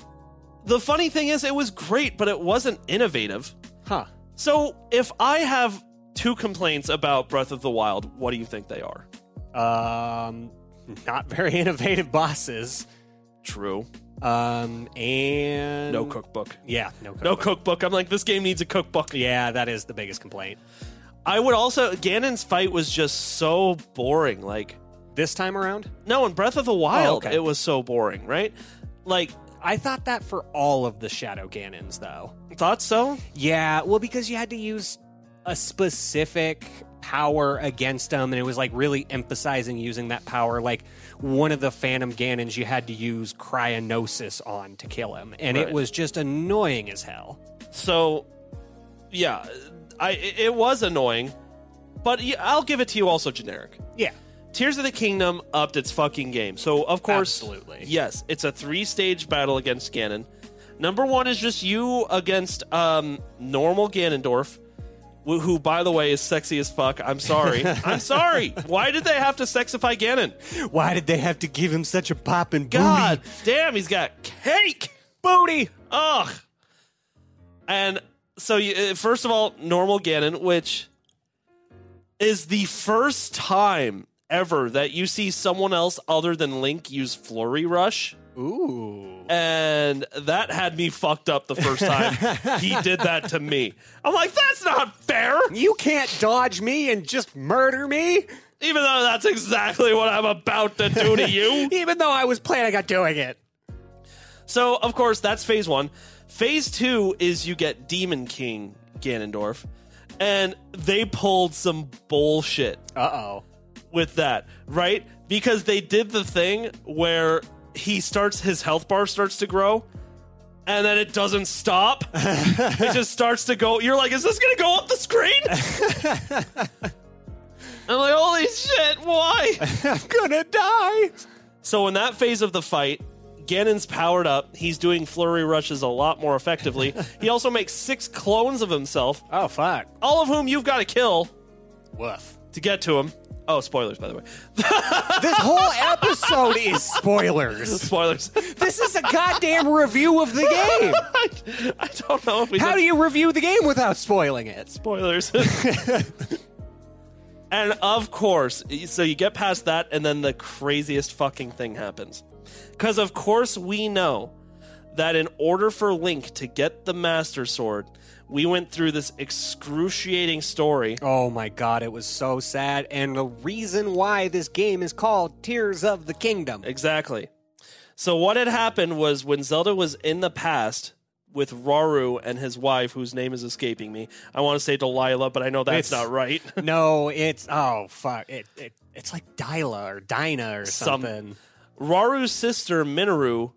A: the funny thing is it was great but it wasn't innovative
B: Huh?
A: so if i have two complaints about breath of the wild what do you think they are
B: Um, not very [laughs] innovative bosses.
A: true
B: Um, and
A: no cookbook
B: Yeah, no cook.
A: no cookbook i'm like this game needs a cookbook
B: Yeah, that is the biggest complaint.
A: i would also ganon's fight was just so boring like
B: This time around,
A: no in breath of the wild
B: okay.
A: it was so boring right like
B: I thought that for all of the Shadow Cannons, though.
A: thought so
B: Yeah, well, because you had to use a specific power against them, and it was like really emphasizing using that power. Like one of the Phantom Ganons, you had to use cryognosis on to kill him, and
A: Right.
B: it was just annoying as hell.
A: So, yeah, I it it was annoying, but y- I'll give it to you. Also generic.
B: Yeah,
A: Tears of the Kingdom upped its fucking game. So of course,
B: Absolutely.
A: yes, it's a three-stage battle against Ganon. Number one is just you against um, normal Ganondorf, who, who, by the way, is sexy as fuck. I'm sorry, I'm sorry. Why did they have to sexify Ganon?
B: why did they have to give him such a pop and
A: God damn, he's got cake.
B: booty?
A: Ugh. And so, you, uh, first of all, normal Ganon, which is the first time ever that you see someone else other than Link use Flurry Rush.
B: Ooh,
A: And that had me fucked up the first time he did that to me. I'm like, that's not fair.
B: you can't dodge me and just murder me,
A: Even though that's exactly what I'm about to do to you.
B: even though I was planning on doing it.
A: So, of course, that's phase one. Phase two is you get Demon King Ganondorf, and they pulled some bullshit
B: Uh oh.
A: with that, right? Because they did the thing where he starts, his health bar starts to grow, and then it doesn't stop. it just starts to go. You're like, is this going to go up the screen? I'm like, holy shit, why?
B: [laughs] I'm gonna die.
A: So in that phase of the fight, Ganon's powered up. He's doing flurry rushes a lot more effectively. he also makes six clones of himself,
B: Oh fuck.
A: all of whom you've got to kill
B: Woof.
A: to get to him. Oh, spoilers, by the way. [laughs]
B: This whole episode is spoilers.
A: Spoilers. [laughs]
B: This is a goddamn review of the game.
A: I, I don't know if we
B: How
A: did
B: do you review the game without spoiling it?
A: spoilers. [laughs] and of course, so you get past that, and then the craziest fucking thing happens. Because of course, we know that in order for Link to get the Master Sword, we went through this excruciating story.
B: Oh my god, it was so sad. And the reason why this game is called Tears of the Kingdom.
A: Exactly. So what had happened was when Zelda was in the past with Raru and his wife, whose name is escaping me. I want to say Delilah, but I know that's
B: It's-
A: not right.
B: No, it's oh fuck. It, it it's like Dyla or Dinah or something.
A: Raru's sister Minoru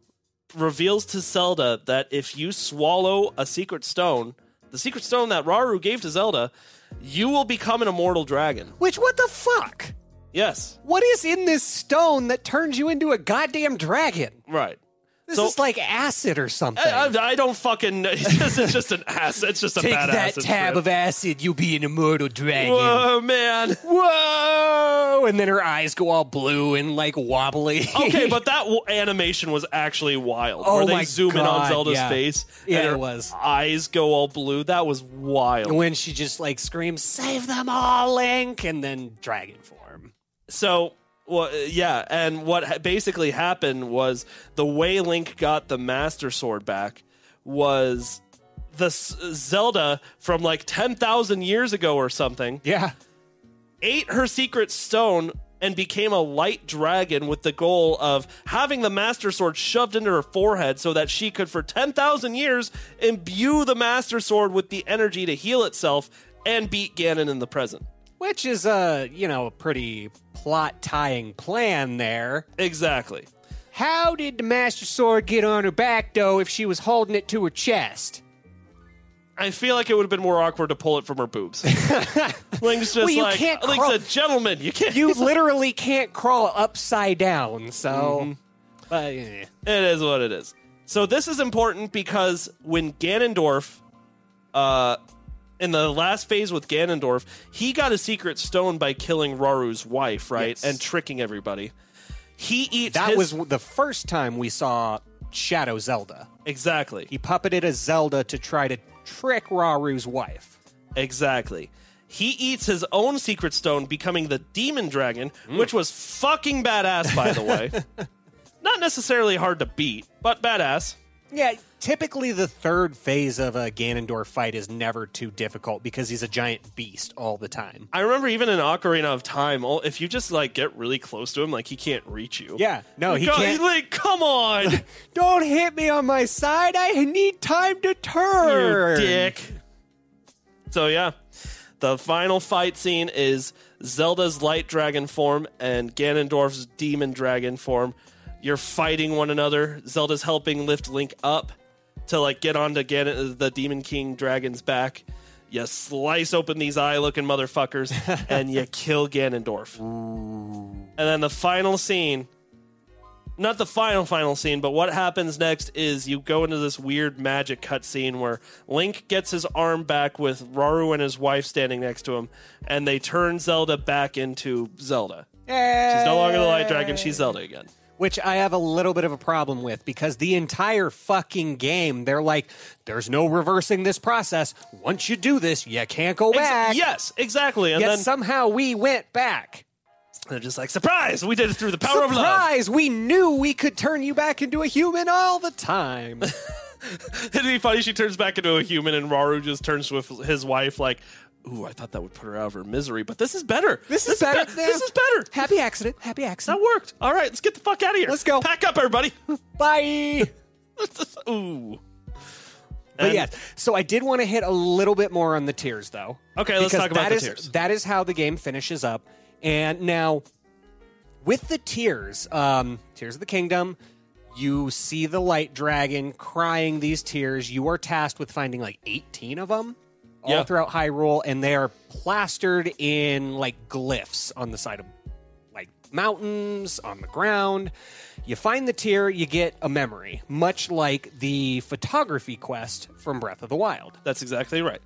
A: reveals to Zelda that if you swallow a secret stone, the secret stone that Raru gave to Zelda, you will become an immortal dragon.
B: Which, what the fuck?
A: Yes,
B: What is in this stone that turns you into a goddamn dragon?
A: right.
B: This
A: So-
B: is like acid or something.
A: I, I- I don't fucking. know. [laughs] It's just, it's just an ass. It's just a
B: Take
A: bad
B: that
A: acid
B: tab
A: trip.
B: of acid, you'll be an immortal dragon.
A: Whoa,
B: [laughs]
A: man.
B: Whoa! And then her eyes go all blue and like wobbly.
A: Okay,
B: [laughs]
A: but that w- animation was actually wild.
B: Oh
A: where they
B: my
A: zoom in on
B: God,
A: Zelda's
B: yeah.
A: face.
B: Yeah,
A: and
B: it
A: her
B: was.
A: Eyes go all blue. That was wild.
B: when she just like screams, "Save them all, Link!" and then dragon form.
A: So, well, uh, yeah, and what ha- basically happened was the way Link got the Master Sword back was the S- Zelda from like ten thousand years ago or something
B: Yeah.
A: ate her secret stone and became a light dragon with the goal of having the master sword shoved into her forehead so that she could for 10,000 years imbue the master sword with the energy to heal itself and beat Ganon in the present.
B: Which is a, you know, a pretty plot tying plan there.
A: Exactly.
B: How did the Master Sword get on her back though if she was holding it to her chest?
A: I feel like it would have been more awkward to pull it from her
B: [laughs]
A: boobs. Link's just
B: Well, you
A: like
B: can't
A: Link's
B: crawl-
A: a gentleman. You can't.
B: You literally can't crawl upside down, so
A: Mm-hmm.
B: but, eh.
A: [laughs] It is what it is. So this is important because when Ganondorf, uh, in the last phase with Ganondorf, he got a secret stone by killing Raru's wife, right,
B: Yes.
A: and tricking everybody. He eats
B: that
A: his-
B: was the first time we saw Shadow Zelda.
A: exactly
B: He puppeted a Zelda to try to trick Raru's wife.
A: exactly. He eats his own secret stone, becoming the demon dragon,
B: Mm.
A: which was fucking badass, by the
B: [laughs]
A: way. Not necessarily hard to beat, but badass.
B: Yeah, typically the third phase of a Ganondorf fight is never too difficult because he's a giant beast all the time.
A: I remember even in Ocarina of Time, all- if you just like get really close to him, like he can't reach you.
B: Yeah, no, he
A: Go-
B: can't.
A: Like, come on,
B: [laughs]
A: you
B: Don't hit me on my side. I need time to turn.
A: dick. So yeah, the final fight scene is Zelda's light dragon form and Ganondorf's demon dragon form. You're fighting one another. Zelda's helping lift Link up to like get onto Ganon, the Demon King dragon's back. You slice open these eye-looking motherfuckers and you kill Ganondorf. And then the final scene not the final final scene, but what happens next is you go into this weird magic cutscene where Link gets his arm back with Raru and his wife standing next to him, and they turn Zelda back into Zelda. She's no longer the Light Dragon; she's Zelda again.
B: Which I have a little bit of a problem with because the entire fucking game, they're like, there's no reversing this process. Once you do this, you can't go
A: Ex-
B: back.
A: yes, exactly. And
B: Yet
A: then
B: somehow we went back.
A: they're just like, "Surprise! We did it through the power of love."
B: Surprise! We knew we could turn you back into a human all the time.
A: It'd be funny. She turns back into a human, and Raru just turns with his wife like. Ooh, I thought that would put her out of her misery, but this is better.
B: This is better.
A: be- this is better.
B: Happy accident. Happy
A: That
B: accident.
A: worked. All right, let's get the fuck out of here.
B: Let's go.
A: Pack up, everybody.
B: Bye.
A: [laughs] Ooh.
B: But
A: And-
B: yes, so I did want to hit a little bit more on the tiers, though.
A: Okay, let's
B: because
A: talk about
B: that
A: the
B: is-
A: tiers.
B: That is how the game finishes up. And now, with the tiers, um, Tears of the Kingdom, you see the light dragon crying these tears. You are tasked with finding like 18 of them all
A: Yeah.
B: throughout Hyrule, and they are plastered in like glyphs on the side of like mountains on the ground. You find the tear, you get a memory, much like the photography quest from Breath of the Wild.
A: That's exactly right.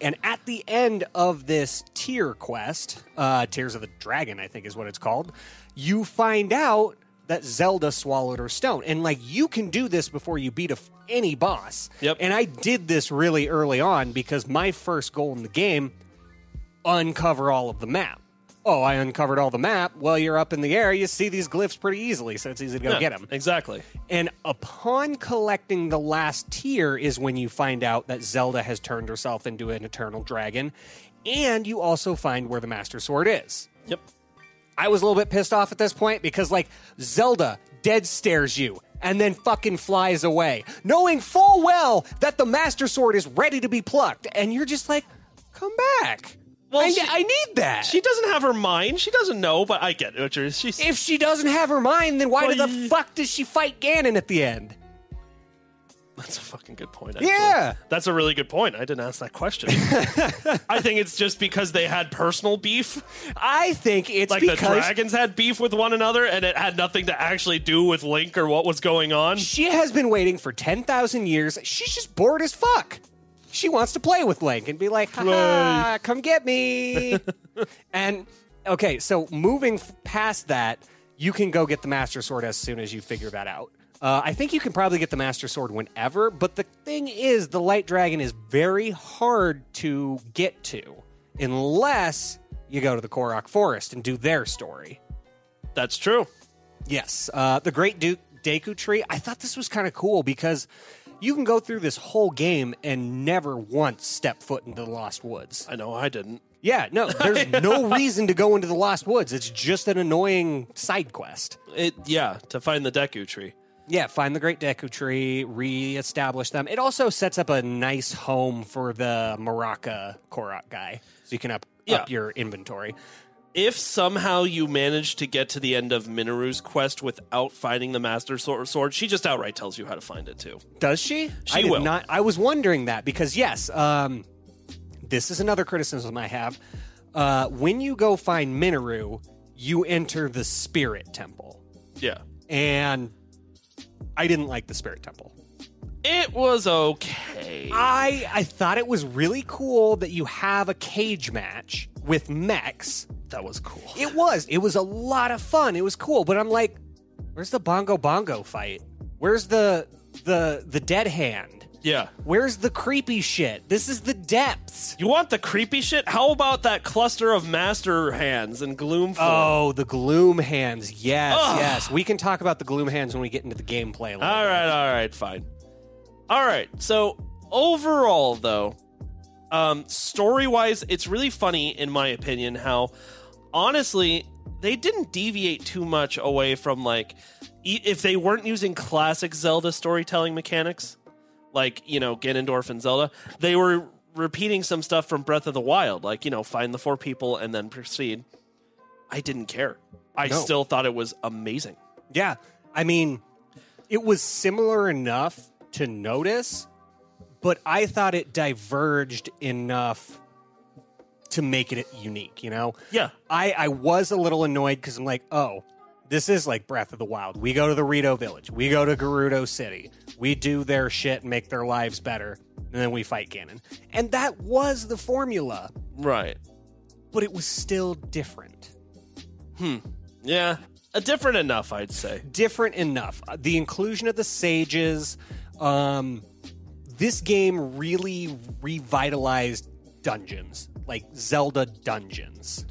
B: And at the end of this tier quest, uh, Tears of the Dragon, I think is what it's called, you find out that Zelda swallowed her stone. And like you can do this before you beat a, f- any boss.
A: Yep.
B: And I did this really early on because my first goal in the game uncover all of the map. Oh, I uncovered all the map. Well, you're up in the air. You see these glyphs pretty easily, so it's easy to go
A: Yeah,
B: get them.
A: Exactly.
B: And upon collecting the last tier is when you find out that Zelda has turned herself into an eternal dragon. And you also find where the Master Sword is.
A: Yep.
B: I was a little bit pissed off at this point because, like, Zelda dead stares you and then fucking flies away, knowing full well that the Master Sword is ready to be plucked. And you're just like, come back.
A: Well,
B: I,
A: she-
B: I need that.
A: She doesn't have her mind. She doesn't know, but I get it. She's,
B: if she doesn't have her mind, then why
A: Well,
B: the
A: you-
B: fuck does she fight Ganon at the end?
A: That's a fucking good point.
B: Yeah.
A: That's a really good point. I didn't ask that
B: [laughs]
A: question. I think it's just because they had personal beef.
B: I think it's
A: Like
B: because
A: the dragons had beef with one another and it had nothing to actually do with Link or what was going on.
B: she has been waiting for 10,000 years. She's just bored as fuck. She wants to play with Link and be like, "Ha ha, come get me. and okay, so moving f- past that, you can go get the Master Sword as soon as you figure that out. Uh, I think you can probably get the Master Sword whenever, but the thing is, the Light Dragon is very hard to get to unless you go to the Korok Forest and do their story.
A: That's true.
B: Yes, uh, the Great Duke Deku Tree. I thought this was kind of cool because you can go through this whole game and never once step foot into the Lost Woods.
A: I know I didn't.
B: Yeah, no, there's no reason to go into the Lost Woods. It's just an annoying side quest.
A: It yeah, to find the Deku tree.
B: Yeah, find the Great Deku Tree, reestablish them. It also sets up a nice home for the Maraca Korok guy, so you can up,
A: Yeah.
B: up your inventory.
A: If somehow you manage to get to the end of Minoru's quest without finding the Master Sor- Sword, she just outright tells you how to find it too.
B: Does she?
A: She
B: I did
A: will.
B: Not, I was wondering that because yes, um, this is another criticism I have. Uh, when you go find Minoru, you enter the Spirit Temple,
A: Yeah.
B: and I didn't like the Spirit Temple.
A: It was okay.
B: I I thought it was really cool that you have a cage match with mechs.
A: That was cool.
B: It was it was a lot of fun. It was cool, but I'm like, where's the bongo bongo fight? Where's the the the dead hand?
A: Yeah.
B: Where's the creepy shit? This is the depths.
A: You want the creepy shit? How about that cluster of master hands and gloom form?
B: Oh, the gloom hands. Yes,
A: Ugh.
B: yes. We can talk about the gloom hands when we get into the gameplay. a little
A: all
B: bit.
A: right, all right, fine. All right. So overall, though, um, story wise, it's really funny in my opinion how honestly they didn't deviate too much away from like e- if they weren't using classic Zelda storytelling mechanics, like you know Ganondorf and Zelda, they were repeating some stuff from Breath of the Wild, like you know find the four people and then proceed. I didn't care. I
B: No.
A: still thought it was amazing.
B: Yeah. I mean, it was similar enough to notice, but I thought it diverged enough to make it unique, you know?
A: Yeah.
B: I, I was a little annoyed because I'm like, oh, this is like Breath of the Wild. We go to the Rito village. We go to Gerudo City. We do their shit and make their lives better. And then we fight Ganon. And that was the formula,
A: Right.
B: but it was still different.
A: Yeah, a different enough, I'd say.
B: Different enough. Uh, The inclusion of the sages, um, this game really revitalized dungeons, like Zelda dungeons.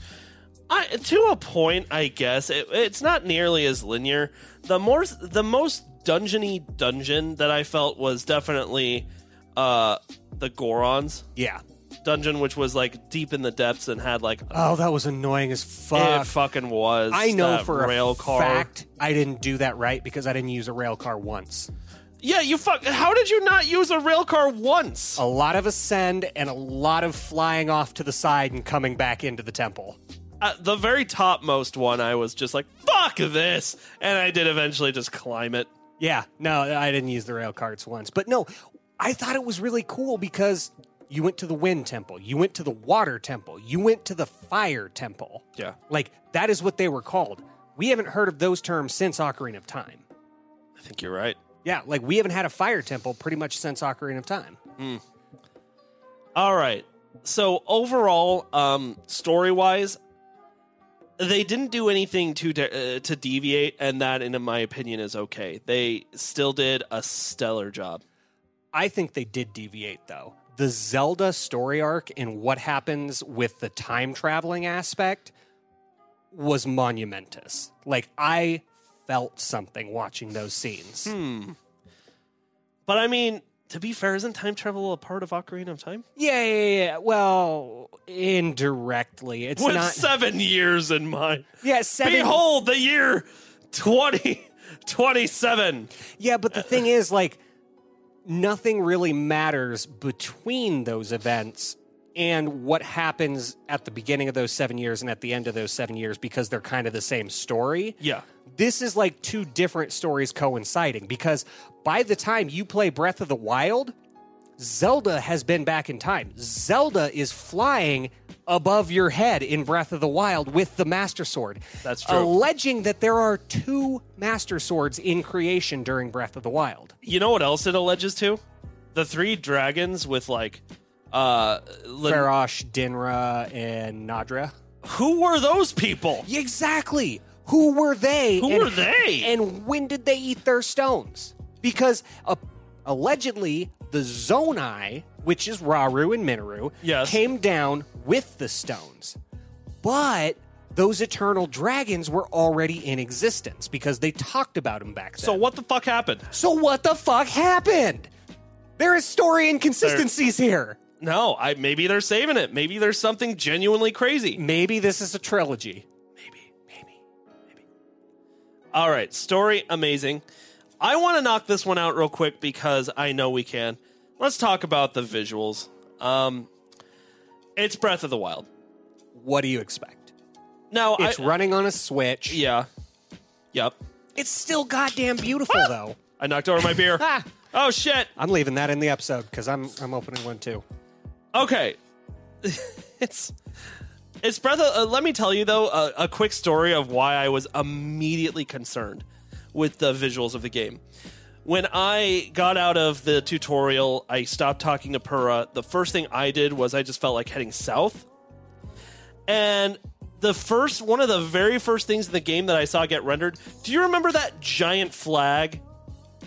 A: I, to a point, I guess it, it's not nearly as linear. The more, the most dungeony dungeon that I felt was definitely uh, the Goron's
B: Yeah.
A: dungeon, which was like deep in the depths and had like
B: Oh, that was annoying as fuck.
A: it fucking was.
B: Uh, I know
A: that
B: for
A: rail
B: a
A: car.
B: fact I didn't do that right because I didn't use a rail car once.
A: Yeah, you fuck. How did you not use a rail car once?
B: A lot of ascend and a lot of flying off to the side and coming back into the temple.
A: Uh, the very topmost one, I was just like, "Fuck this," and I did eventually just climb it.
B: Yeah, no, I didn't use the rail carts once. But no, I thought it was really cool because you went to the wind temple, you went to the water temple, you went to the fire temple.
A: Yeah.
B: Like that is what they were called. We haven't heard of those terms since Ocarina of Time.
A: I think you're right.
B: Yeah, like we haven't had a fire temple pretty much since Ocarina of Time.
A: All right. So overall, um, story wise, they didn't do anything to de- uh, to deviate, and that, in my opinion, is okay. They still did a stellar job.
B: I think they did deviate though. The Zelda story arc and what happens with the time traveling aspect was monumentous. Like I felt something watching those scenes.
A: Hmm. But I mean, to be fair, isn't time travel a part of Ocarina of Time?
B: Yeah, yeah, yeah. Well, indirectly, it's
A: With
B: not.
A: seven years in mind,
B: yeah, seven.
A: behold the year twenty twenty seven.
B: Yeah, but the thing is, like, nothing really matters between those events and what happens at the beginning of those seven years and at the end of those seven years because they're kind of the same story.
A: Yeah.
B: This is like two different stories coinciding because by the time you play Breath of the Wild, Zelda has been back in time. Zelda is flying above your head in Breath of the Wild with the Master Sword.
A: That's true.
B: Alleging that there are two Master Swords in creation during Breath of the Wild.
A: You know what else it alleges to? The three dragons with like uh Lin-
B: Farosh, Dinra, and Nadra.
A: who were those people?
B: Exactly. Who were they?
A: Who
B: and-
A: were they?
B: And when did they eat their stones? Because uh, allegedly, the Zonai, which is Raru and Minoru,
A: Yes.
B: came down with the stones. But those eternal dragons were already in existence because they talked about them back then.
A: So what the fuck happened?
B: so what the fuck happened? There is story inconsistencies here.
A: No, I maybe they're saving it. Maybe there's something genuinely crazy.
B: Maybe this is a trilogy.
A: Maybe, maybe, maybe. All right, story amazing. I want to knock this one out real quick because I know we can. Let's talk about the visuals. Um, it's Breath of the Wild.
B: What do you expect?
A: No,
B: It's
A: I,
B: running on a Switch.
A: yeah, yep.
B: It's still goddamn beautiful, though.
A: I knocked over my beer.
B: Ah,
A: oh shit.
B: I'm leaving that in the episode because I'm I'm opening one too.
A: Okay, [laughs] it's it's Breath. Of, uh, let me tell you though a, a quick story of why I was immediately concerned with the visuals of the game. When I got out of the tutorial, I stopped talking to Pura. The first thing I did was I just felt like heading south. And the first one of the very first things in the game that I saw get rendered, do you remember that giant flag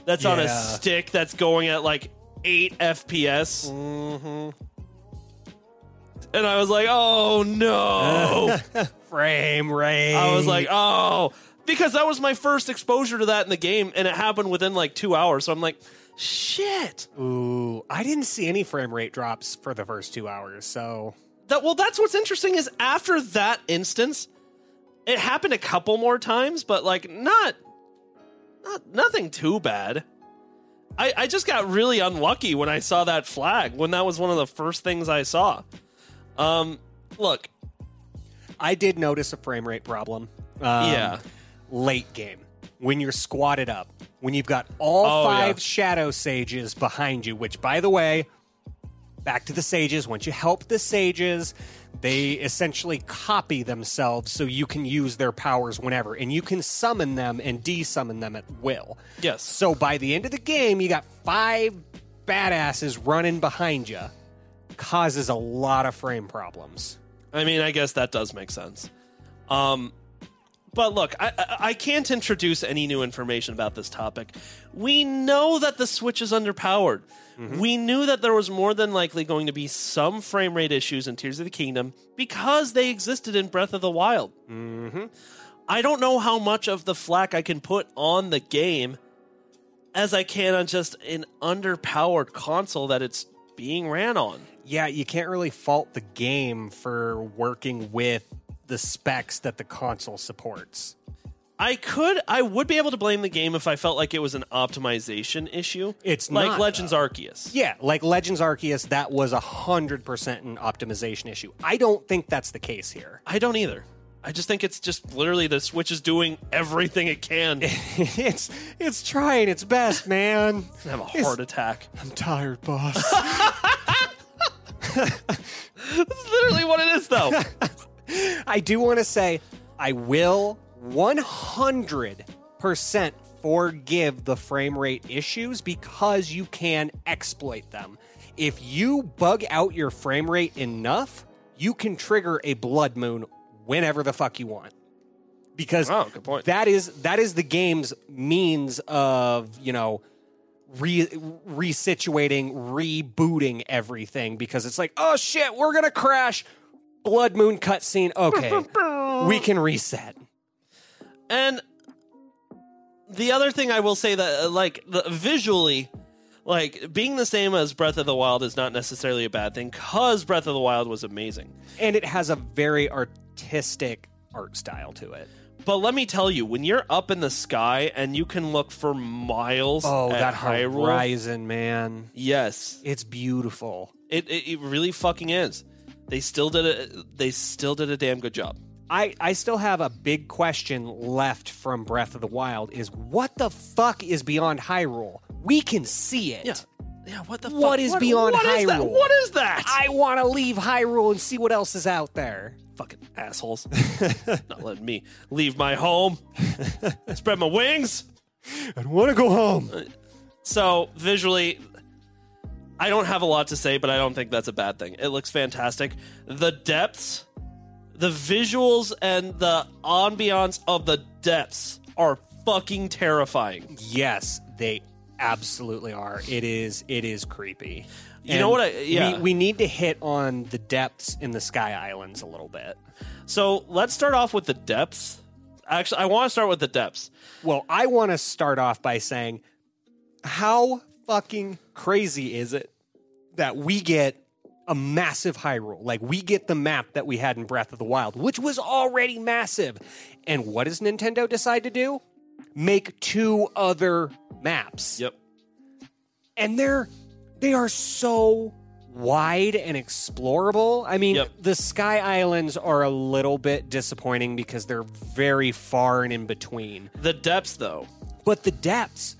A: that's on a
B: Yeah.
A: stick that's going at like 8 FPS? Mm-hmm. And I was like, oh no.
B: Frame rate.
A: I was like, oh, because that was my first exposure to that in the game, and it happened within like two hours. So I'm like, shit.
B: ooh, I didn't see any frame rate drops for the first two hours. So
A: That well, that's what's interesting is after that instance, it happened a couple more times, but like not, not nothing too bad. I, I just got really unlucky when I saw that flag when that was one of the first things I saw. Um, look,
B: I did notice a frame rate problem. Um,
A: Yeah.
B: Late game when you're squatted up, when you've got all
A: Oh,
B: five
A: yeah.
B: shadow sages behind you. Which, by the way, back to the sages. Once you help the sages, they essentially copy themselves so you can use their powers whenever, and you can summon them and desummon them at will.
A: Yes.
B: So by the end of the game, you got five badasses running behind you. Causes a lot of frame problems.
A: I mean, I guess that does make sense. Um, but look, I, I, I can't introduce any new information about this topic. We know that the Switch is underpowered. We knew that there was more than likely going to be some frame rate issues in Tears of the Kingdom because they existed in Breath of the Wild. Mm-hmm. I don't know how much of the flack I can put on the game as I can on just an underpowered console that it's being ran on.
B: yeah, you can't really fault the game for working with the specs that the console supports.
A: I could, I would be able to blame the game if I felt like it was an optimization issue.
B: It's
A: like
B: not,
A: Legends Arceus.
B: Yeah, like Legends Arceus, that was a hundred percent an optimization issue. I don't think that's the case here. [laughs]
A: I don't either. I just think it's just literally the Switch is doing everything it can.
B: [laughs]
A: I
B: it's it's trying its best, man.
A: have a
B: It's-
A: heart attack. [laughs]
B: I'm tired, boss.
A: That's literally what it is,
B: [laughs]
A: though.
B: I do want to say I will 100% forgive the frame rate issues because you can exploit them. If you bug out your frame rate enough, you can trigger a blood moon whenever the fuck you want. Because
A: Wow, Oh, good point.
B: that is that is the game's means of, you know, re resituating, rebooting everything because it's like, oh shit, we're gonna crash. Blood Moon cutscene. Okay, we can reset.
A: And the other thing I will say that, uh, like, the, visually, like, being the same as Breath of the Wild is not necessarily a bad thing because Breath of the Wild was amazing.
B: And it has a very artistic art style to it.
A: But let me tell you, when you're up in the sky and you can look for miles
B: Oh,
A: at
B: that
A: Hyrule,
B: horizon, man,
A: Yes,
B: it's beautiful.
A: it, it it really fucking is. They still did a they still did a damn good job.
B: I, I still have a big question left from Breath of the Wild is what the fuck is beyond Hyrule? We can see it.
A: Yeah, what the fuck?
B: What is beyond
A: what is that?
B: Hyrule?
A: What is that?
B: I want to leave Hyrule and see what else is out there.
A: fucking assholes. [laughs] Not letting me leave my
B: [laughs]
A: home. Spread my wings.
B: I want to go home.
A: So visually, I don't have a lot to say, but I don't think that's a bad thing. It looks fantastic. The depths, the visuals, and the ambiance of the depths are fucking terrifying.
B: Yes, they absolutely are. It is it is creepy.
A: You know what I- yeah.
B: we, we need to hit on the depths in the Sky Islands a little bit.
A: So let's start off with the depths. Actually, I want to start with the depths.
B: Well, I want to start off by saying how fucking crazy is it that we get a massive Hyrule? Like, we get the map that we had in Breath of the Wild, which was already massive. And what does Nintendo decide to do? Make two other maps.
A: Yep.
B: And they're they are so wide and explorable. I mean,
A: Yep.
B: the Sky Islands are a little bit disappointing because they're very far and in between.
A: The depths, though.
B: But the depths,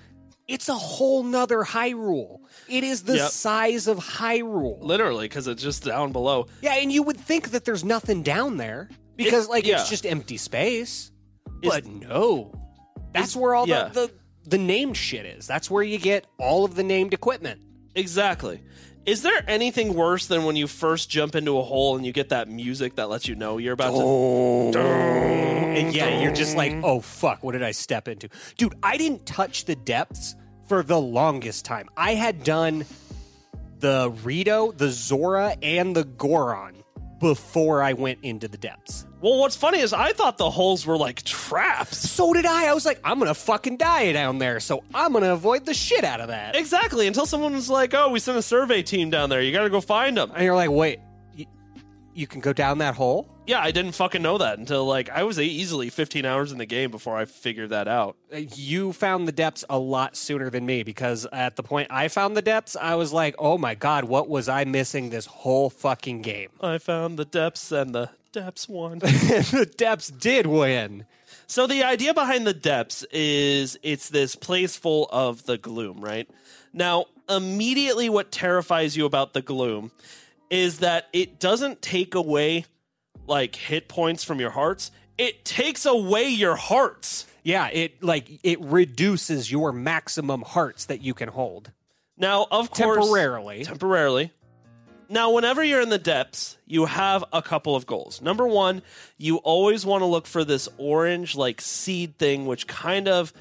B: it's a whole nother Hyrule. It is the
A: Yep.
B: size of Hyrule.
A: literally because it's just down below
B: Yeah, and you would think that there's nothing down there because,
A: It-
B: like,
A: yeah.
B: it's just empty space.
A: Is-
B: but no, that's where all
A: yeah.
B: the, the the named shit is. That's where you get all of the named equipment.
A: exactly is there anything worse than when you first jump into a hole and you get that music that lets you know you're about to
B: And yeah, you're just like, oh fuck, what did I step into? Dude, I didn't touch the depths for the longest time. I had done the Rito, the Zora, and the Goron before I went into the depths.
A: well what's funny is i thought the holes were like traps
B: So did I. I was like, I'm gonna fucking die down there, so I'm gonna avoid the shit out of that.
A: exactly until someone was like oh we sent a survey team down there you gotta go find them
B: And you're like, wait, you, you can go down that hole?
A: yeah i didn't fucking know that until like i was e-, easily 15 hours in the game before i figured that out
B: Uh, you found the depths a lot sooner than me because at the point I found the depths, I was like, oh my God, what was I missing this whole fucking game?
A: i found the depths and the depths one
B: [laughs] the depths did win.
A: So the idea behind the depths is it's this place full of the gloom, right? Now, immediately what terrifies you about the gloom is that it doesn't take away like hit points from your hearts. It takes away your hearts.
B: Yeah, it like it reduces your maximum hearts that you can hold
A: Now, of course,
B: temporarily.
A: temporarily. Now, whenever you're in the depths, you have a couple of goals. Number one, you always want to look for this orange, like seed thing, which kind of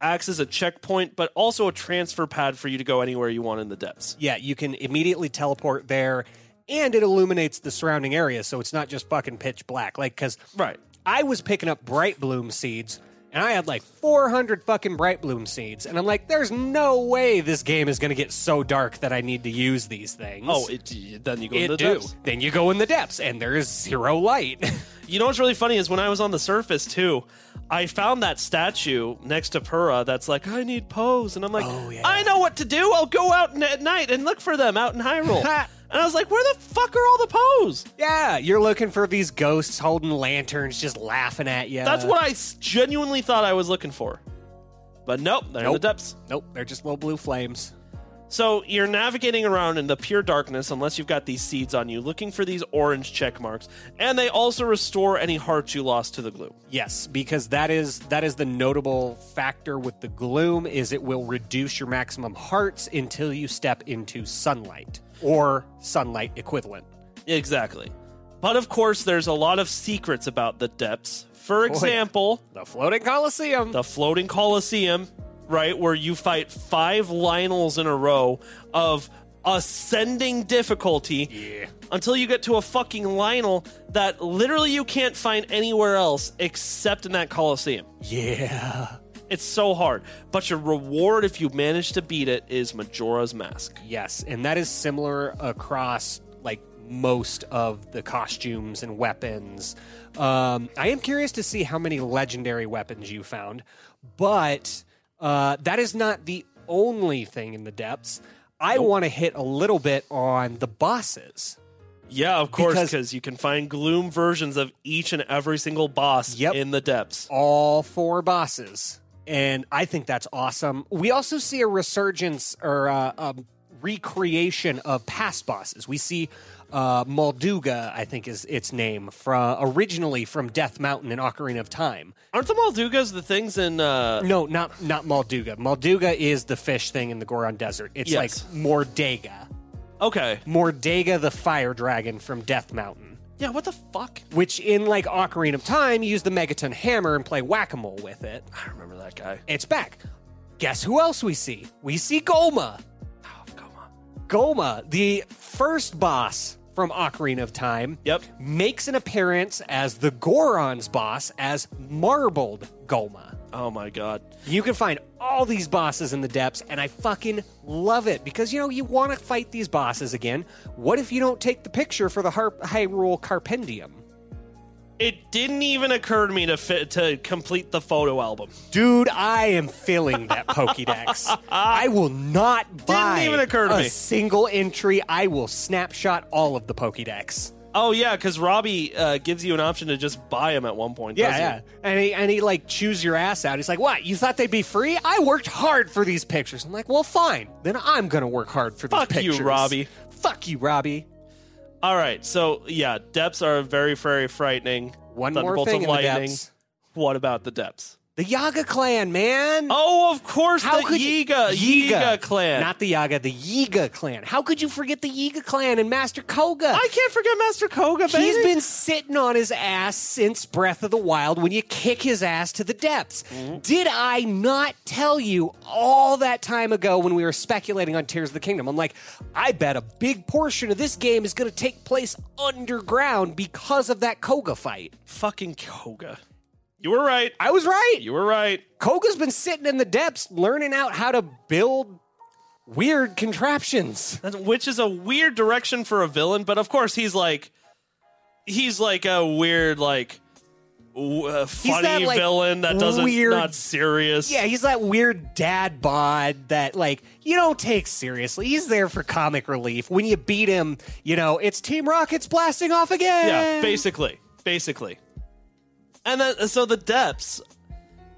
A: acts as a checkpoint, but also a transfer pad for you to go anywhere you want in the depths.
B: yeah, you can immediately teleport there and it illuminates the surrounding area so it's not just fucking pitch black like cuz
A: Right.
B: I was picking up bright bloom seeds and I had like 400 fucking bright bloom seeds and I'm like there's no way this game is going to get so dark that I need to use these things.
A: Oh, it, then you go
B: it
A: into the
B: do.
A: depths.
B: Then you go in the depths and there is zero light. [laughs]
A: You know what's really funny is when I was on the surface too, I found that statue next to Pura that's like, I need pose. And I'm like,
B: Oh, yeah.
A: I know what to do. I'll go out n- at night and look for them out in
B: [laughs]
A: Hyrule. and I was like, where the fuck are all the pose?
B: yeah, you're looking for these ghosts holding lanterns just laughing at you.
A: That's what I s- genuinely thought I was looking for. But nope, they're in
B: Nope.
A: the depths.
B: Nope, they're just little blue flames.
A: So you're navigating around in the pure darkness unless you've got these seeds on you, looking for these orange check marks. And they also restore any hearts you lost to the glue.
B: Yes, because that is that is the notable factor with the gloom is it will reduce your maximum hearts until you step into sunlight or sunlight equivalent.
A: Exactly. But of course, there's a lot of secrets about the depths. For example,
B: The floating coliseum.
A: the floating coliseum, right, where you fight five Lionels in a row of ascending difficulty
B: yeah.
A: until you get to a fucking Lionel that literally you can't find anywhere else except in that coliseum.
B: Yeah.
A: It's so hard, but your reward if you manage to beat it is Majora's Mask.
B: Yes, and that is similar across like most of the costumes and weapons. Um, I am curious to see how many legendary weapons you found, but uh, that is not the only thing in the depths. I want to hit a little bit on the bosses.
A: Yeah, of course,
B: Because-
A: because you can find gloom versions of each and every single boss
B: Yep.
A: in the depths.
B: all four bosses. And I think that's awesome. We also see a resurgence or uh, a recreation of past bosses. We see uh, Molduga, I think is its name, from originally from Death Mountain and Ocarina of Time.
A: Aren't the Maldugas the things in? uh
B: No, not not Molduga. Molduga is the fish thing in the Goron Desert. It's
A: Yes.
B: like Mordega.
A: Okay.
B: Mordega the fire dragon from Death Mountain.
A: Yeah. What the fuck?
B: Which in like Ocarina of Time, you use the Megaton hammer and play whack a mole with it.
A: I remember that guy.
B: It's back. Guess who else we see? We see Goma.
A: Oh, come on.
B: Goma, the first boss from Ocarina of Time,
A: Yep.
B: makes an appearance as the Goron's boss as Marbled Goma.
A: Oh my god.
B: You can find all these bosses in the depths, and I fucking love it because you know you want to fight these bosses again. What if you don't take the picture for the Har- Hyrule Carpendium?
A: It didn't even occur to me to fit to complete the photo album.
B: Dude, I am filling that Pokédex. I
A: [laughs]
B: will not buy
A: even occur to
B: a
A: me.
B: single entry. I will snapshot all of the Pokédex.
A: Oh yeah, because Robbie uh, gives you an option to just buy them at one point.
B: Yeah,
A: doesn't
B: yeah. And he, and he like chews your ass out. He's like, "What? You thought they'd be free? I worked hard for these pictures." I'm like, "Well, fine. Then I'm gonna work hard for
A: Fuck
B: these
A: you,
B: pictures."
A: Robbie.
B: Fuck you, Robbie.
A: he? All right. So yeah, depths are very very frightening.
B: One more
A: Thunderbolts of
B: thing in the
A: lightning.
B: depths.
A: What about the depths?
B: The Yaga clan, man.
A: Oh, of course,
B: How
A: the
B: could
A: Yiga
B: you,
A: Yiga clan.
B: Not the Yaga, the Yiga clan. How could you forget the Yiga clan and Master Koga?
A: I can't forget Master Koga. Baby.
B: He's been sitting on his ass since Breath of the Wild when you kick his ass to the depths. Did I not tell you all that time ago when we were speculating on Tears of the Kingdom? I'm like, I bet a big portion of this game is going to take place underground because of that Koga fight.
A: fucking Koga. You were right.
B: I was right.
A: You were right.
B: Koga's been sitting in the depths learning out how to build weird contraptions.
A: That's- Which is a weird direction for a villain, but of course he's like, he's like a weird like, w- uh, funny
B: that, like,
A: villain that doesn't
B: weird-
A: not serious.
B: Yeah, he's that weird dad bod that like you don't take seriously. He's there for comic relief. When you beat him, you know it's Team Rocket's blasting off again.
A: yeah, basically, basically. And then so the depths,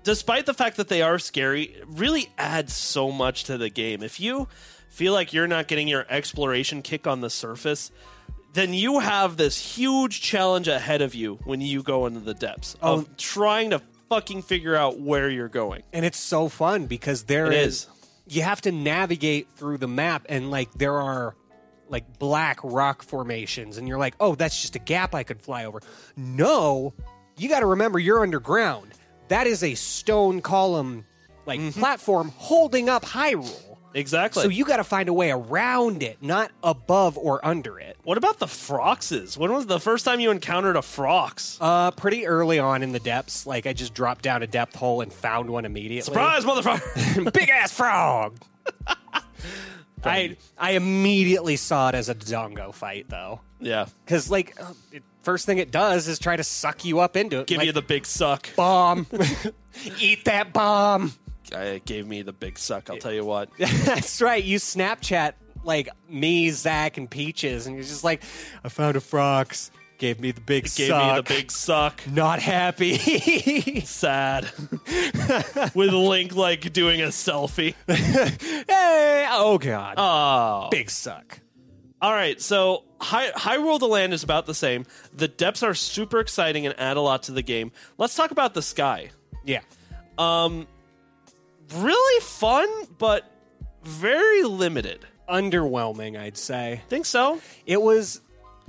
A: despite the fact that they are scary, really add so much to the game. If you feel like you're not getting your exploration kick on the surface. Then you have this huge challenge ahead of you when you go into the depths
B: Oh.
A: of trying to fucking figure out where you're going.
B: and it's so fun because there
A: It
B: is,
A: is.
B: you have to navigate through the map and like there are like black rock formations and you're like oh that's just a gap i could fly over no you got to remember you're underground that is a stone column like
A: Mm-hmm.
B: platform holding up hyrule
A: Exactly.
B: So you got to find a way around it, not above or under it.
A: what about the Froxes? When was the first time you encountered a Frox?
B: Uh, pretty early on in the depths, like I just dropped down a depth hole and found one immediately. [laughs]
A: Surprise, motherfucker! [laughs]
B: Big ass frog. [laughs] I I immediately saw it as a Dodongo fight though,
A: yeah,
B: because like uh, it, first thing it does is try to suck you up into it.
A: give
B: like,
A: you the big suck.
B: bomb. [laughs] Eat that bomb. [laughs]
A: I uh, gave me the big suck. I'll tell you what.
B: That's right. You Snapchat like me, Zach, and Peaches, and you're just like, I found a frox. Gave me the big
A: Gave me the
B: suck.
A: big suck.
B: not happy. [laughs]
A: Sad. With Link like doing a selfie.
B: hey, oh god,
A: Oh.
B: big suck.
A: All right, so Hy- Hyrule the Land is about the same. The depths are super exciting and add a lot to the game. Let's talk about the sky.
B: Yeah,
A: Really fun, but very limited.
B: underwhelming, I'd say.
A: Think so?
B: It was,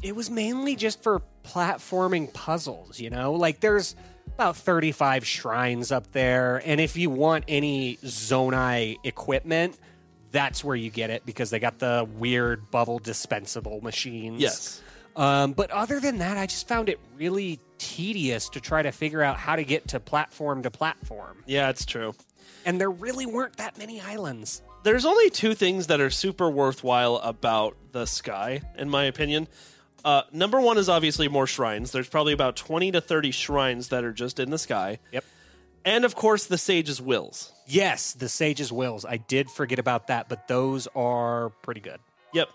B: it was mainly just for platforming puzzles. You know, like there's about 35 shrines up there, and if you want any Zonai equipment. That's where you get it because they got the weird bubble dispensable machines.
A: Yes.
B: Um, but other than that, I just found it really tedious to try to figure out how to get to platform to platform.
A: Yeah, it's true.
B: and there really weren't that many islands.
A: there's only two things that are super worthwhile about the sky, in my opinion. Uh, number one is obviously more shrines. There's probably about 20 to 30 shrines that are just in the sky.
B: Yep.
A: And of course, the sage's wills.
B: Yes, the sage's wills. I did forget about that, but those are pretty good.
A: Yep.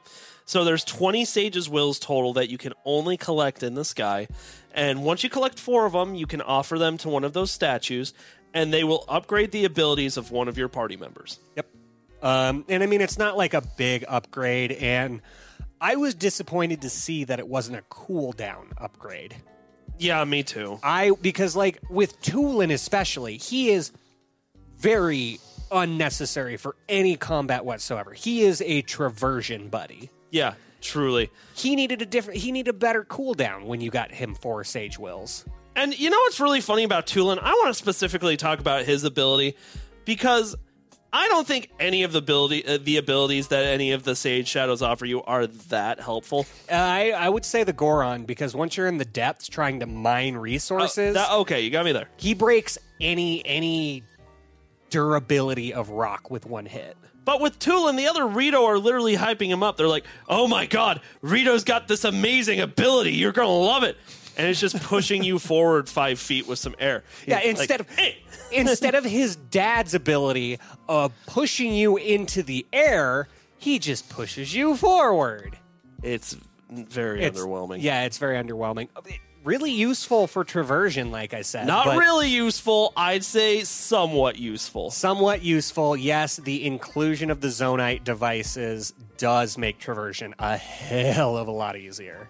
A: So there's 20 sages wills total that you can only collect in the sky, and once you collect 4 of them, you can offer them to one of those statues and they will upgrade the abilities of one of your party members.
B: Yep. Um, and I mean, it's not like a big upgrade, and I was disappointed to see that it wasn't a cooldown upgrade.
A: Yeah, me too.
B: I because like with Tulin especially, he is very unnecessary for any combat whatsoever. He is a traversion buddy.
A: Yeah, truly.
B: He needed a different. He needed a better cooldown when you got him for Sage Wills.
A: And you know what's really funny about Tulin? I want to specifically talk about his ability because I don't think any of the ability uh, the abilities that any of the Sage Shadows offer you are that helpful.
B: Uh, I I would say the Goron because once you're in the depths trying to mine resources,
A: Uh, That- okay, you got me there.
B: he breaks any any durability of rock with one hit.
A: But with Tool and the other Rito are literally hyping him up. They're like, "Oh my god, Rito's got this amazing ability. You're gonna love it." And it's just pushing you [laughs] forward five feet with some air.
B: Yeah,
A: Like, eh.
B: instead of
A: "Hey."
B: instead of his dad's ability of pushing you into the air, he just pushes you forward.
A: it's very
B: It's-
A: underwhelming.
B: Yeah, it's very underwhelming. Really useful for traversion, like I said.
A: Not
B: but
A: really useful. I'd say somewhat useful.
B: Somewhat useful. Yes, the inclusion of the zonite devices does make traversion a hell of a lot easier.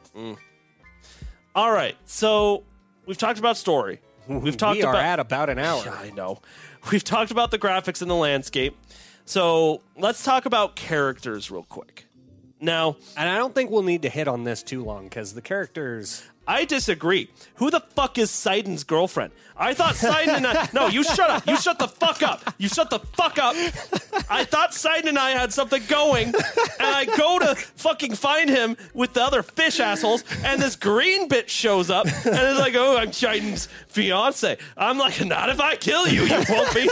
A: All right. So we've talked about
B: [laughs]
A: story. We've talked
B: we are
A: about
B: at about
A: [laughs]
B: an hour.
A: I know. We've talked about the graphics and the landscape. So let's talk about characters real quick. Now,
B: And I don't think we'll need to hit on this too long because the characters. [laughs]
A: I disagree. Who the fuck is Sidon's girlfriend? I thought Sidon and I. No, you shut up. You shut the fuck up. You shut the fuck up. I thought Sidon and I had something going, and I go to fucking find him with the other fish assholes, and this green bitch shows up, and it's like, oh, I'm Sidon's fiance. I'm like, not if I kill you, you won't be.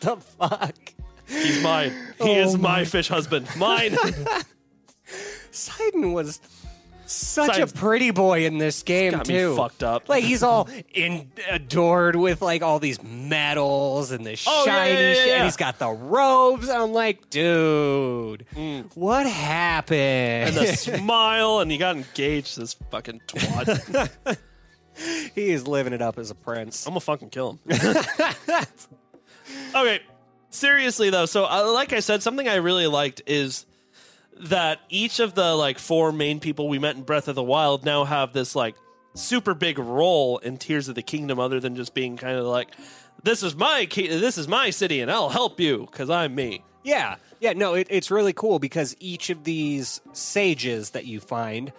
B: The fuck?
A: He's mine. He is my fish husband. Mine.
B: Sidon was such
A: Sidon's-
B: a pretty boy in this game
A: got me
B: too.
A: fucked up.
B: Like he's all in adored with like all these medals and the
A: Oh, yeah,
B: shiny
A: yeah, yeah,
B: shit.
A: yeah.
B: He's got the robes. I'm like, dude, what happened?
A: Mm. and
B: [laughs]
A: the smile, and he got engaged. This fucking twat.
B: he is living it up as a prince.
A: I'm gonna fucking kill him. [laughs] okay. Seriously though, so uh, like I said, something I really liked is that each of the like four main people we met in Breath of the Wild now have this like super big role in Tears of the Kingdom, other than just being kind of like, "This is my ki- this is my city, and I'll help you because I'm me."
B: Yeah, yeah. No, it, it's really cool because each of these sages that you find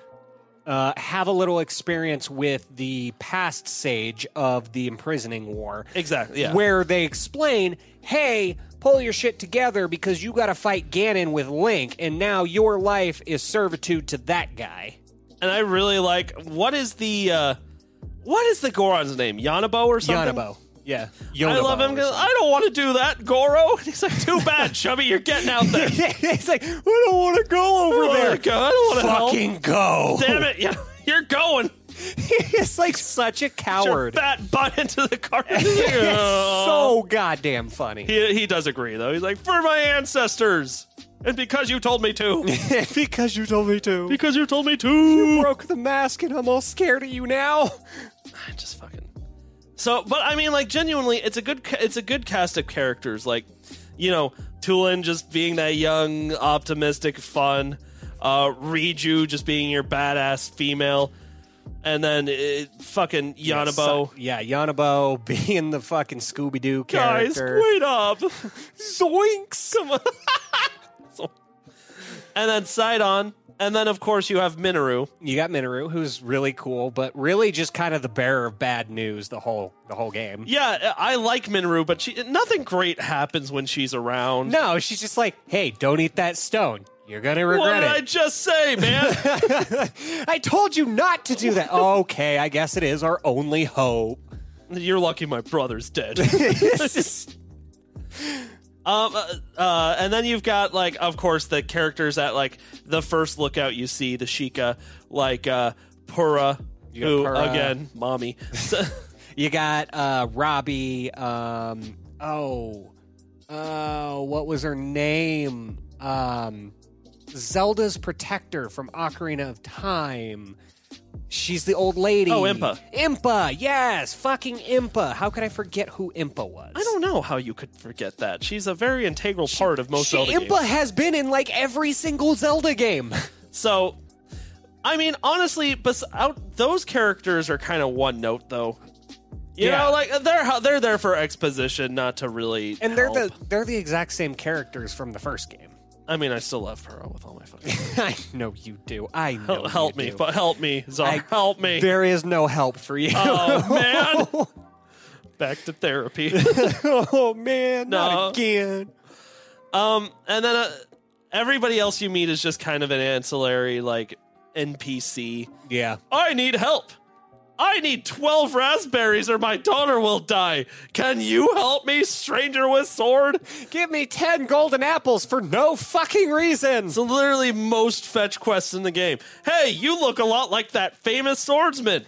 B: uh, have a little experience with the past sage of the imprisoning war.
A: Exactly. Yeah.
B: where they explain, hey, pull your shit together because you got to fight Ganon with Link, and now your life is servitude to that guy.
A: and I really like what is the uh what is the Goron's name? Yanabo or something?
B: Yonabo. Yeah.
A: I love him [laughs]
B: [laughs]
A: because I don't want to do that, Goro. [laughs] And he's like, too bad, Chubby, you're getting out there.
B: He's like, we don't want to go over
A: I don't
B: there.
A: wanna go. I don't want to help.
B: Fucking go. [laughs]
A: Damn it, yeah, [laughs] you're going.
B: He's like such a
A: Your
B: coward.
A: fat butt into the [laughs] car.
B: It's so goddamn
A: [laughs]
B: funny.
A: he, he does agree though. He's like, for my ancestors, and because you told me to.
B: [laughs] because you told me to.
A: [laughs] because you told me to.
B: broke the mask and I'm all scared of you now.
A: I [sighs] just fucking. So, but I mean, like, genuinely, it's a good, ca- it's a good cast of characters. Like, you know, Tulin just being that young, optimistic, fun. Uh, Riju just being your badass female, and then uh fucking Yanabo.
B: Yeah, Yonabo being the fucking Scooby Doo
A: Guys,
B: character.
A: wait up!
B: [laughs] Zoinks!
A: Come on. [laughs] So- and then Sidon, and then of course you have Minoru.
B: You got Minoru, who's really cool, but really just kind of the bearer of bad news the whole the whole game.
A: Yeah, I I like Minoru, but she, nothing great happens when she's around.
B: No, she's just like, hey, don't eat that stone. You're gonna
A: what
B: regret
A: did I
B: it.
A: just
B: [laughs]
A: say, man?
B: I told you not to do that. okay, I guess it is our only hope.
A: You're lucky my brother's
B: [laughs]
A: dead.
B: It's just-
A: um, uh, uh, and then you've got like, of course, the characters at like the first lookout you see the Sheikah, like uh, Pura,
B: got
A: who
B: Pura.
A: again,
B: [laughs]
A: mommy. So-
B: you got uh Robbie, um oh oh what was her name? Um Zelda's protector from Ocarina of Time. She's the old lady.
A: Oh, Impa.
B: Impa, yes, fucking Impa. How could I forget who Impa was?
A: I don't know how you could forget that. She's a very integral part of most
B: She,
A: Zelda
B: Impa
A: games.
B: has been in like every single Zelda
A: [laughs]
B: game.
A: So, I mean, honestly, bes- out, those characters are kind of one note, though. You
B: Yeah.
A: know, like they're they're there for exposition, not to really.
B: And they're the
A: help.
B: they're the exact same characters from the first game. [laughs]
A: I mean, I still love Pearl with all my fucking.
B: I know you do. I know.
A: Hel- help
B: you
A: me,
B: do.
A: but help me, Czar.
B: I-
A: help me.
B: There is no help for you.
A: oh
B: [laughs]
A: man. Back to therapy. [laughs]
B: oh man,
A: No.
B: not again.
A: um, and then uh, everybody else you meet is just kind of an ancillary like NPC.
B: Yeah.
A: I need help. I need 12 raspberries or my daughter will die. Can you help me, stranger with sword?
B: Give me 10 golden apples for no fucking reason.
A: It's literally most fetch quests in the game. Hey, you look a lot like that famous swordsman.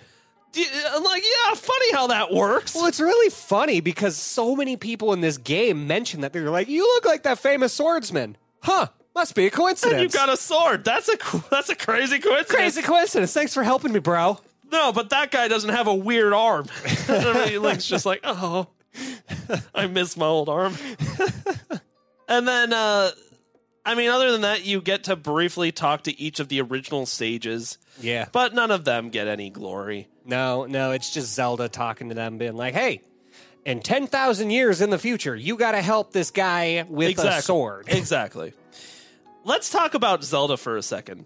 A: D- I'm like, yeah, funny how that works.
B: Well, it's really funny because so many people in this game mention that they're like, "You look like that famous swordsman." Huh? Must be a coincidence.
A: You got a sword. That's a [laughs] cr- that's a crazy coincidence.
B: [laughs] crazy coincidence. Thanks for helping me, bro.
A: No, but that guy doesn't have a weird arm. [laughs] I mean, Link's just like, oh, I miss my old arm. [laughs] and then, uh, I mean, other than that, you get to briefly talk to each of the original sages,
B: Yeah. But
A: but none of them get any glory.
B: no, no, it's just Zelda talking to them, being like, "Hey." In 10,000 years in the future, you got to help this guy with a sword. [laughs]
A: Exactly. Let's talk about Zelda for a second.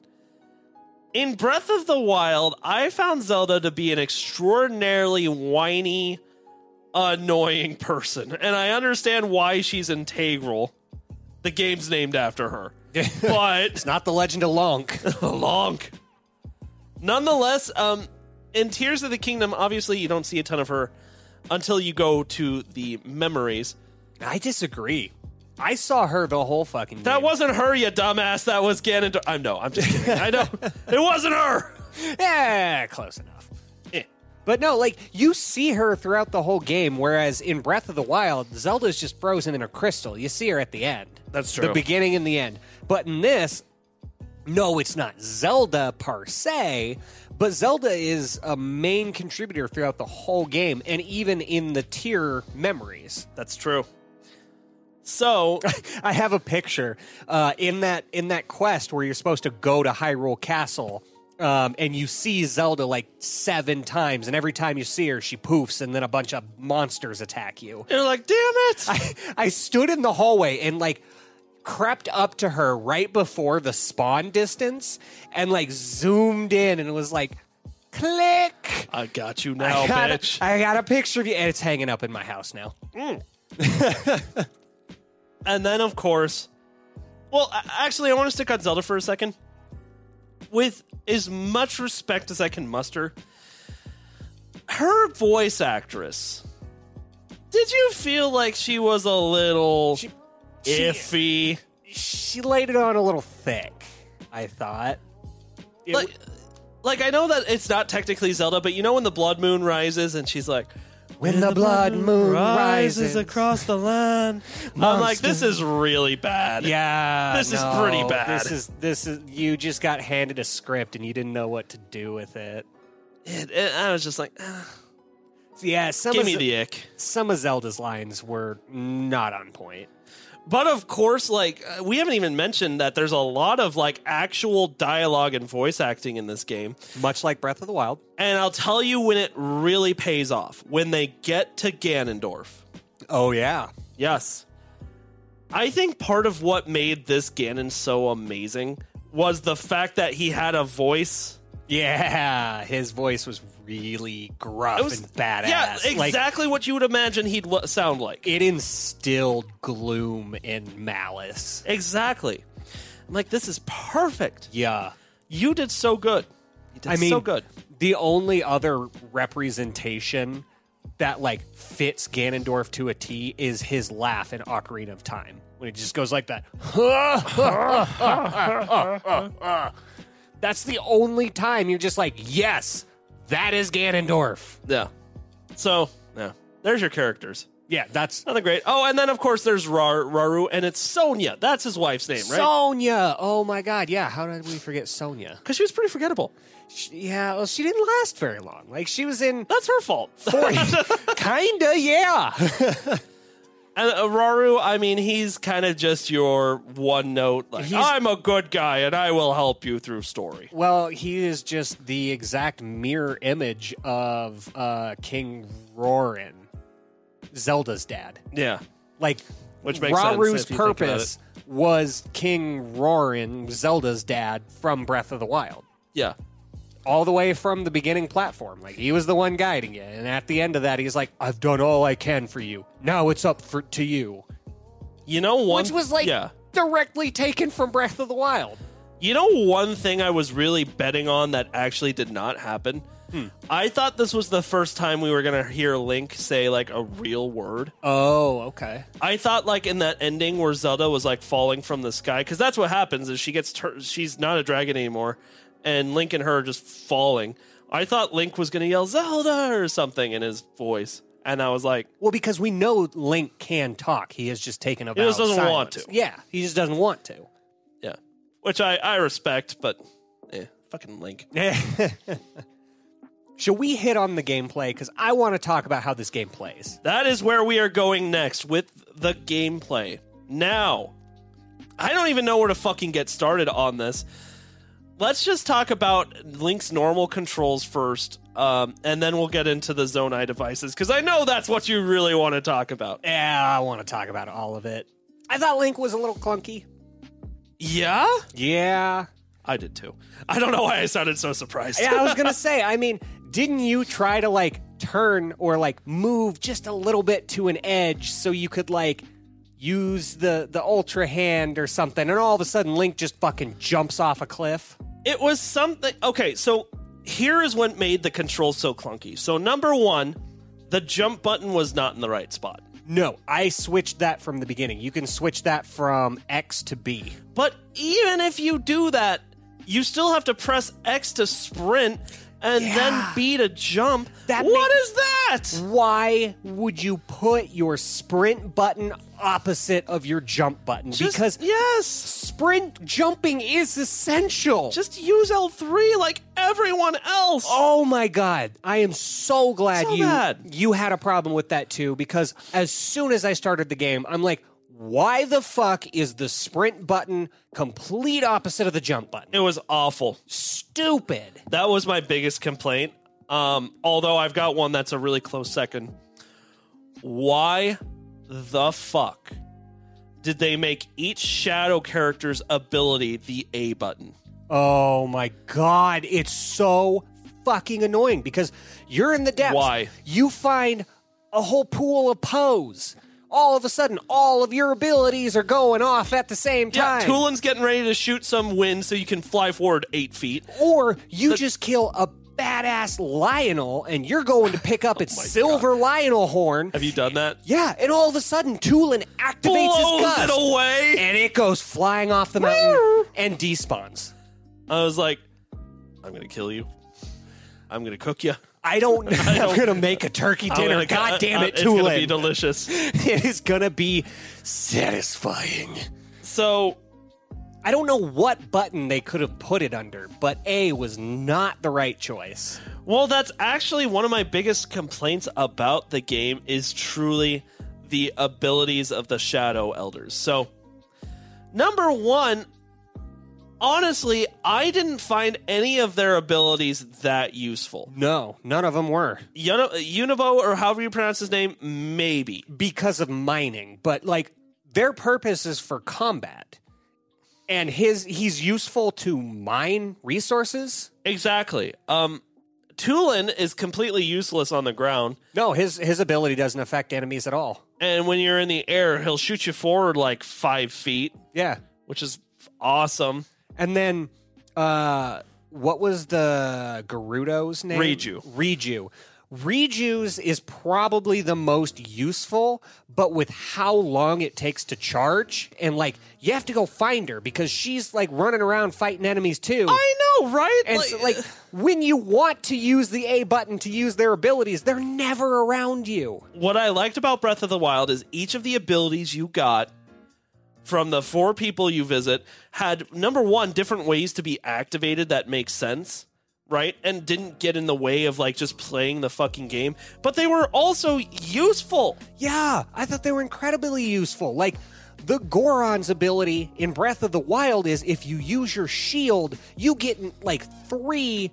A: In Breath of the Wild, I found Zelda to be an extraordinarily whiny, annoying person, and I understand why she's integral. The game's named after her.
B: [laughs]
A: But
B: Not the legend of Lonk.
A: long. Nonetheless, um, in Tears of the Kingdom, obviously you don't see a ton of her until you go to the memories.
B: [laughs] I disagree. I saw her the whole fucking
A: That
B: game.
A: wasn't her, you dumbass. That was Ganondorf. I'm no, I'm just kidding. I know
B: [laughs]
A: it wasn't her.
B: Yeah, Eh, close enough. But no, like you see her throughout the whole game, whereas in Breath of the Wild, Zelda's just frozen in a crystal. You see her at the end.
A: That's
B: The
A: true.
B: beginning and the end. But in this, no, it's not Zelda per se, but Zelda is a main contributor throughout the whole game and even in the tier memories.
A: That's true. So
B: I have a picture uh, in that in that quest where you're supposed to go to Hyrule Castle, um, and you see Zelda like seven times, and every time you see her, she poofs, and then a bunch of monsters attack you. [laughs]
A: you're like, damn it.
B: I stood in the hallway and like crept up to her right before the spawn distance, and like zoomed in, and was like, click.
A: I got you now,
B: I got a-
A: bitch.
B: I got a picture of you, and it's hanging up in my house now.
A: and then, of course, well, a- actually, I want to stick on Zelda for a second. With as much respect as I can muster, her voice actress. Did you feel like she was a little
B: she-
A: iffy?
B: she laid it on a little thick. I thought. It-
A: like, like I know that it's not technically Zelda, but you know when the blood moon rises and she's like,
B: when the blood moon rises
A: rises across the land. I'm like, this is really bad.
B: Yeah,
A: This is
B: no,
A: pretty bad.
B: This is this is you just got handed a script and you didn't know what to do with it.
A: It- it- I was just like, ah,
B: Yeah, some
A: give
B: of
A: me
B: Ze-
A: the ick.
B: some of Zelda's lines were not on point.
A: But of course, like uh, we haven't even mentioned that there's a lot of like actual dialogue and voice acting in this game.
B: Much like Breath of the Wild.
A: And I'll tell you when it really pays off when they get to Ganondorf.
B: Oh yeah,
A: Yes. I think part of what made this Ganon so amazing was the fact that he had a voice.
B: yeah. His voice was really gruff
A: It was-
B: and badass.
A: Yeah,
B: Like,
A: exactly what you would imagine he'd lo- sound like.
B: it instilled gloom and malice.
A: Exactly. I'm like, this is perfect.
B: Yeah.
A: You did so good. You did
B: I mean,
A: so good.
B: The only other representation that like fits Ganondorf to a T is his laugh in Ocarina of Time when it just goes like that. That's the only time you're just like, yes, that is Ganondorf.
A: Yeah. So, yeah. There's your characters.
B: Yeah, that's
A: Nothing great. Oh, and then of course there's Rar- Raru, and it's Sonia. That's his wife's name, right?
B: Sonia. Oh my God. Yeah. How did we forget Sonia?
A: Because she was pretty forgettable.
B: She, yeah. Well, she didn't last very long. Like she was in
A: That's her fault.
B: [laughs] forty. Kinda. Yeah.
A: And uh, Raru, I mean, he's kind of just your one note. Like,
B: He's-
A: I'm a good guy, and I will help you through story.
B: Well, he is just the exact mirror image of uh, King Rorin, Zelda's dad.
A: Yeah,
B: Like,
A: Which makes sense
B: Raru's
A: if you think about
B: purpose was King Rorin, Zelda's dad, from Breath of the Wild.
A: yeah.
B: All the way from the beginning platform. Like, he was the one guiding you. And at the end of that, he's like, I've done all I can for you. Now it's up for, to you.
A: You know one,
B: Which was like
A: yeah.
B: directly taken from Breath of the Wild.
A: You know one thing I was really betting on that actually did not happen. I thought this was the first time we were gonna hear Link say like a real word.
B: Oh, okay.
A: I thought like in that ending where Zelda was like falling from the sky because that's what happens is she gets tur- she's not a dragon anymore, and Link and her are just falling. I thought Link was gonna yell Zelda or something in his voice, and I was like,
B: Well, because we know Link can talk. He has just taken a vow
A: just
B: of
A: doesn't want
B: silence.
A: to.
B: Yeah, he just doesn't want to.
A: yeah, which I I respect, but eh, fucking Link. [laughs]
B: Shall we hit on the gameplay? Because I want to talk about how this game plays.
A: That is where we are going next with the gameplay. Now, I don't even know where to fucking get started on this. Let's just talk about Link's normal controls first, um, and then we'll get into the Zonai devices, because I know that's what you really want to talk about.
B: Yeah, I want to talk about all of it. I thought Link was a little clunky.
A: Yeah?
B: Yeah.
A: I did too. I don't know why I sounded so surprised.
B: Yeah, I was going to say, I mean, didn't you try to like turn or like move just a little bit to an edge so you could like use the the ultra hand or something and all of a sudden Link just fucking jumps off a cliff?
A: It was something. Okay, so here is what made the controls so clunky. So, number one, the jump button was not in the right spot.
B: No, I switched that from the beginning. You can switch that from X to B.
A: But even if you do that, you still have to press X to sprint and then B to jump.
B: That
A: what
B: makes-
A: is that?
B: Why would you put your sprint button opposite of your jump button?
A: Just-
B: because
A: yes,
B: sprint jumping is essential.
A: just use L3 like everyone else.
B: oh my god, I am so glad
A: So
B: you
A: bad.
B: you had a problem with that too because as soon as I started the game, I'm like why the fuck is the sprint button complete opposite of the jump button?
A: It was awful.
B: Stupid.
A: That was my biggest complaint. Um, although I've got one that's a really close second. Why the fuck did they make each shadow character's ability the A button?
B: Oh my god, it's so fucking annoying because you're in the depths.
A: Why?
B: You find a whole pool of pose. All of a sudden, all of your abilities are going off at the same
A: Yeah,
B: time.
A: Tulin's getting ready to shoot some wind so you can fly forward eight feet.
B: or you just kill a badass Lionel and you're going to
A: [laughs]
B: pick up its
A: Oh my
B: silver Lionel horn.
A: Have you done that?
B: Yeah, and all of a sudden, Tulin activates
A: Blows
B: his gust.
A: it away.
B: And it goes flying off the mountain and despawns.
A: I was like, I'm gonna kill you. I'm gonna cook you. [laughs]
B: I don't know. I'm gonna make a turkey dinner. [laughs] God damn it,
A: uh, it's
B: Tulin.
A: gonna be delicious.
B: [laughs] it is gonna be satisfying.
A: So
B: I don't know what button they could have put it under, but A was not the right choice.
A: Well, that's actually one of my biggest complaints about the game is truly the abilities of the Shadow Elders. So, number one, honestly, I didn't find any of their abilities that useful.
B: No, none of them were
A: Yuno- Univo, or however you pronounce his name, maybe.
B: because of mining, but like their purpose is for combat. And his he's useful to mine resources?
A: Exactly. Um, Tulin is completely useless on the ground.
B: No, his his ability doesn't affect enemies at all.
A: And when you're in the air, he'll shoot you forward like five feet,
B: Yeah.
A: which is awesome.
B: And then, uh, what was the Gerudo's name?
A: Riju.
B: Riju. Rejuice is probably the most useful, but with how long it takes to charge, and like you have to go find her because she's like running around fighting enemies too.
A: I know, right?
B: And so, like when you want to use the A button to use their abilities, they're never around you.
A: what I liked about Breath of the Wild is each of the abilities you got from the four people you visit had number one different ways to be activated that makes sense, right? And didn't get in the way of like just playing the fucking game, but they were also useful.
B: Yeah, I thought they were incredibly useful. Like the Goron's ability in Breath of the Wild is if you use your shield, you get like three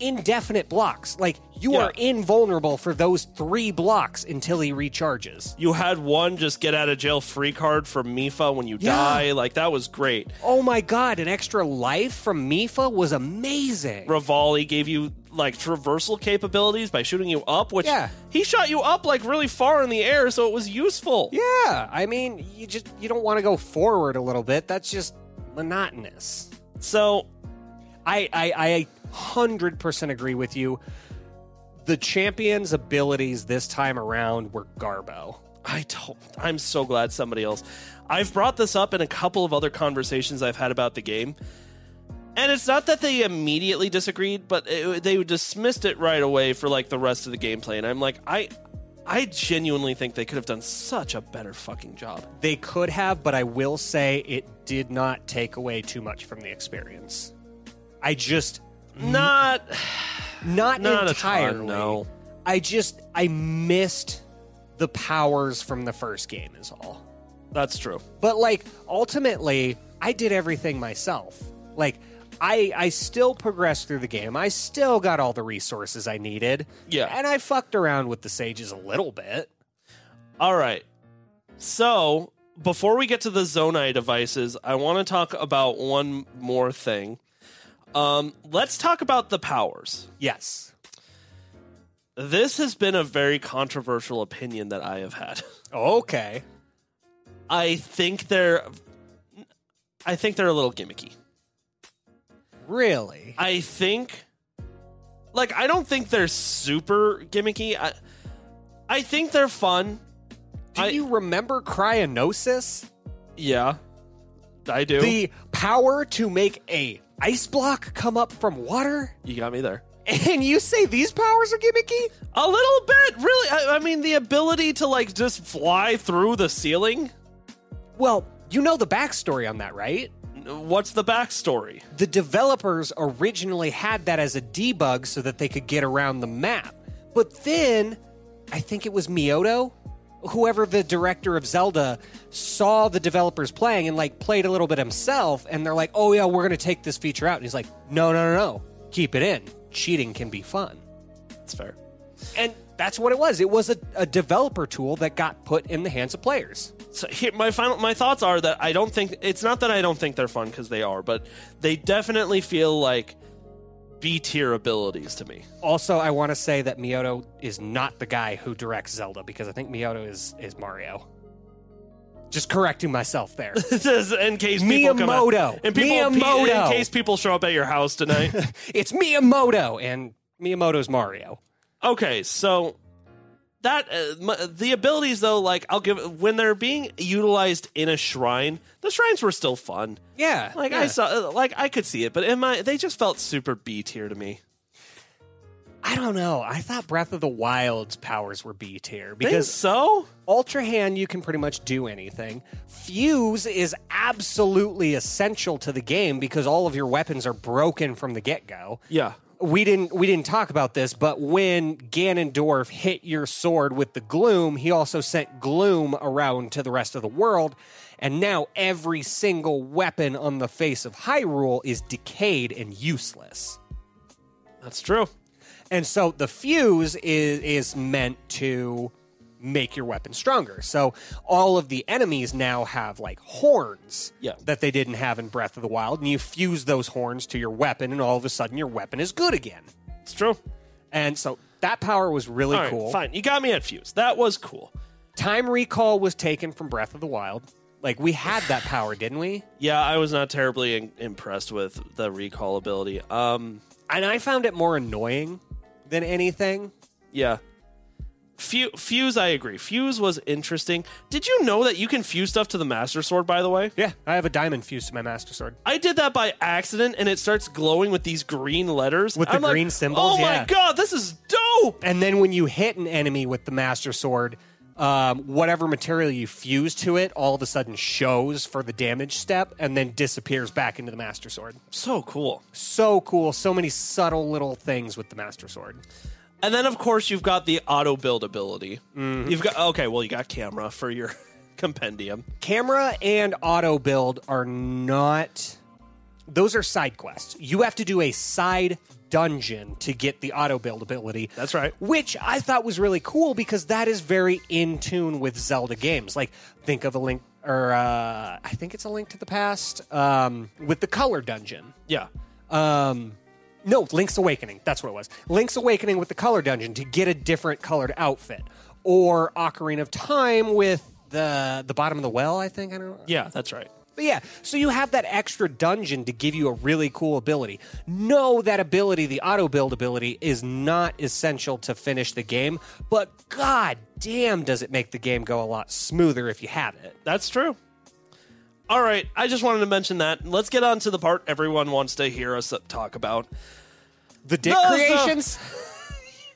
B: indefinite blocks. Like you
A: Yeah.
B: are invulnerable for those three blocks until he recharges.
A: You had one just get out of jail free card from Mifa when you
B: Yeah.
A: die, like that was great.
B: Oh my god, an extra life from Mifa was amazing.
A: Rivali gave you like traversal capabilities by shooting you up, which
B: Yeah.
A: he shot you up like really far in the air, so it was useful.
B: yeah, I mean, you just you don't want to go forward a little bit. That's just monotonous.
A: So
B: I I I hundred percent agree with you. The champion's abilities this time around were Garbo.
A: I don't. I'm so glad somebody else. I've brought this up in a couple of other conversations I've had about the game, and it's not that they immediately disagreed, but it, they dismissed it right away for like the rest of the gameplay. And I'm like, I, I genuinely think they could have done such a better fucking job.
B: They could have, but I will say it did not take away too much from the experience. I just
A: Not,
B: not,
A: not
B: entirely.
A: a ton, no.
B: I just I missed the powers from the first game is all.
A: That's true.
B: But like ultimately, I did everything myself. Like I I still progressed through the game. I still got all the resources I needed.
A: Yeah.
B: And I fucked around with the sages a little bit.
A: All right. So before we get to the Zonai devices, I want to talk about one more thing. Um, let's talk about the powers.
B: Yes.
A: This has been a very controversial opinion that I have had.
B: Okay.
A: I think they're I think they're a little gimmicky.
B: Really?
A: I think like I don't think they're super gimmicky. I I think they're fun.
B: Do
A: I-
B: you remember cryognosis?
A: Yeah. I do.
B: The power to make a ice block come up from water? [laughs]
A: you got me there.
B: And you say these powers are gimmicky?
A: A little bit, really. I, I mean, the ability to like just fly through the ceiling.
B: Well, you know the backstory on that, right?
A: What's the backstory?
B: the developers originally had that as a debug so that they could get around the map. But then, I think it was Miyoto, whoever the director of Zelda, saw the developers playing and like played a little bit himself. And they're like, oh, yeah, we're going to take this feature out. And he's like, no, no, no, no, keep it in. Cheating can be fun.
A: That's fair.
B: And that's what it was. It was a, a developer tool that got put in the hands of players.
A: So here, my final my thoughts are that I don't think it's not that I don't think they're fun because they are, but they definitely feel like B tier abilities to me. [laughs]
B: Also, I want to say that Miyoto is not the guy who directs Zelda because I think Miyoto is is Mario. Just correcting
A: [laughs]
B: myself there.
A: This is in case people come out-
B: Miyamoto.
A: and people
B: Miyamoto.
A: in case people show up at your house tonight.
B: it's Miyamoto, and Miyamoto's Mario.
A: Okay, so that uh, m- the abilities though, like I'll give when they're being utilized in a shrine, the shrines were still fun.
B: Yeah,
A: Like
B: yeah.
A: I saw, uh, like I could see it, but in my they just felt super B tier to me.
B: I don't know. I thought Breath of the Wild's powers were B tier
A: Because
B: because
A: so
B: Ultra Hand you can pretty much do anything. Fuse is absolutely essential to the game because all of your weapons are broken from the get go.
A: yeah,
B: we didn't we didn't talk about this, but when Ganondorf hit your sword with the gloom, he also sent gloom around to the rest of the world, and now every single weapon on the face of Hyrule is decayed and useless.
A: that's true.
B: And so the fuse is is meant to make your weapon stronger. So all of the enemies now have like horns
A: Yeah.
B: that they didn't have in Breath of the Wild, and you fuse those horns to your weapon, and all of a sudden your weapon is good again.
A: It's true.
B: And so that power was really
A: All right,
B: cool.
A: fine. You got me at fuse. That was cool.
B: Time recall was taken from Breath of the Wild. Like we had that power, didn't we?
A: Yeah, I was not terribly in- impressed with the recall ability. Um,
B: And I found it more annoying than anything.
A: yeah. Fu- Fuse, I agree. Fuse was interesting. Did you know that you can fuse stuff to the Master Sword, by the way?
B: Yeah, I have a diamond fused to my master sword.
A: I did that by accident and it starts glowing with these green letters.
B: With the
A: I'm like,
B: green symbols,
A: Oh my
B: yeah.
A: god, this is dope!
B: And then when you hit an enemy with the master sword, um, whatever material you fuse to it all of a sudden shows for the damage step and then disappears back into the master sword.
A: So cool.
B: So cool. So many subtle little things with the master sword.
A: And then, of course, you've got the auto build ability.
B: Mm-hmm.
A: You've got okay. Well, you got camera for your [laughs] compendium.
B: Camera and auto build are not those are side quests. You have to do a side dungeon to get the auto build ability.
A: That's right.
B: Which I thought was really cool because that is very in tune with Zelda games. Like think of a link or uh, I think it's a link to the past um, with the color dungeon.
A: Yeah,
B: Um, no, Link's Awakening. That's what it was. Link's Awakening with the color dungeon to get a different colored outfit, or Ocarina of Time with the the bottom of the well. I think I don't.
A: yeah, that's right.
B: But yeah, so you have that extra dungeon to give you a really cool ability. No, that ability, the auto build ability, is not essential to finish the game, but god damn, does it make the game go a lot smoother if you have it.
A: That's true. All right, I just wanted to mention that. Let's get on to the part everyone wants to hear us talk about:
B: The dick
A: Those are-
B: [laughs] creations?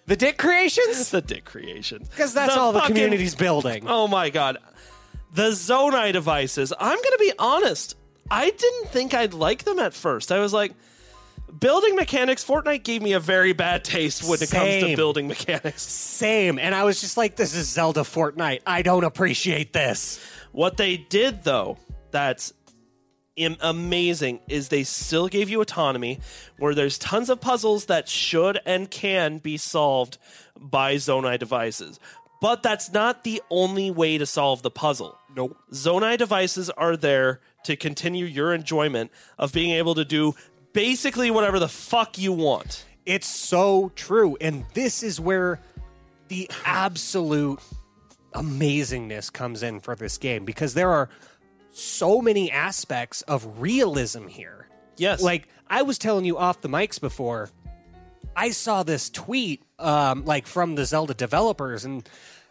B: the dick creations?
A: the dick creation.
B: Because that's all the
A: fucking-
B: community's building.
A: Oh my god, the Zonai devices. I'm gonna be honest. I didn't think I'd like them at first. I was like, building mechanics. Fortnite gave me a very bad taste when it comes to
B: Same.
A: building mechanics.
B: Same. And I was just like, this is Zelda Fortnite. I don't appreciate this.
A: What they did, though, that's am- amazing, is they still gave you autonomy where there's tons of puzzles that should and can be solved by Zonai devices. But that's not the only way to solve the puzzle.
B: Nope.
A: Zonai devices are there to continue your enjoyment of being able to do basically whatever the fuck you want.
B: It's so true. And this is where the absolute amazingness comes in for this game because there are so many aspects of realism here.
A: Yes.
B: Like I was telling you off the mics before, I saw this tweet um, like from the Zelda developers, and